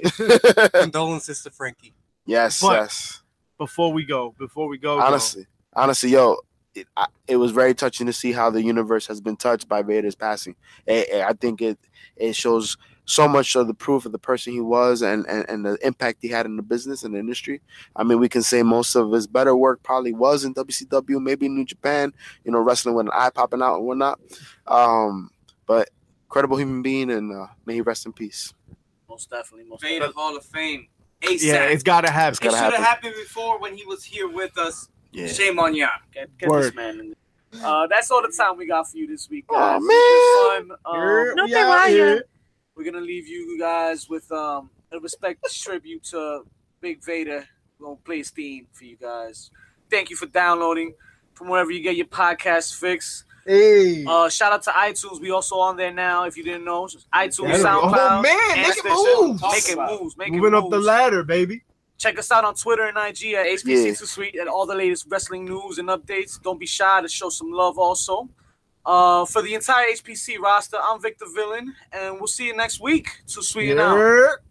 S6: Condolences to Frankie.
S5: yes,
S4: But-
S5: yes.
S4: Before we go, before we go, Joe.
S5: Honestly, honestly, yo, it, I, it was very touching to see how the universe has been touched by Vader's passing. Eh, eh, I think it it shows so much of the proof of the person he was and, and, and the impact he had in the business and the industry. I mean, we can say most of his better work probably was in WCW, maybe in New Japan, you know, wrestling with an eye popping out and whatnot. Um, but incredible human being, and uh, may he rest in peace.
S3: Most definitely. Most
S9: Fade
S3: definitely.
S9: of Hall of Fame. ASAP.
S4: Yeah, it's gotta happen.
S9: it should
S5: gotta
S9: have
S5: happen.
S9: happened before when he was here with us.
S5: Yeah.
S9: Shame on ya.
S3: Get, get this
S4: Word.
S3: man. In there. Uh, that's all the time we got for you this week, guys.
S5: Aw,
S3: It's been fun. Um,
S4: Nothing wrong here.
S3: We're gonna leave you guys with um, a respect tribute to Big Vader. We're gonna play his theme for you guys. Thank you for downloading from wherever you get your podcast fix.
S4: Hey.
S3: Uh, shout out to iTunes. We also on there now. If you didn't know, iTunes,
S4: Yeah.
S3: SoundCloud,
S4: Oh, man,
S3: and
S4: make it
S3: Stitcher.
S4: moves.
S3: making moves, making
S4: Moving
S3: moves.
S4: up the ladder, baby.
S3: Check us out on Twitter and IG at HBC
S5: Yeah.
S3: Suite and all the latest wrestling news and updates. Don't be shy to show some love also. Uh, for the entire HPC roster, I'm Victor Villain, and we'll see you next week. So sweet and out.
S4: Yeah.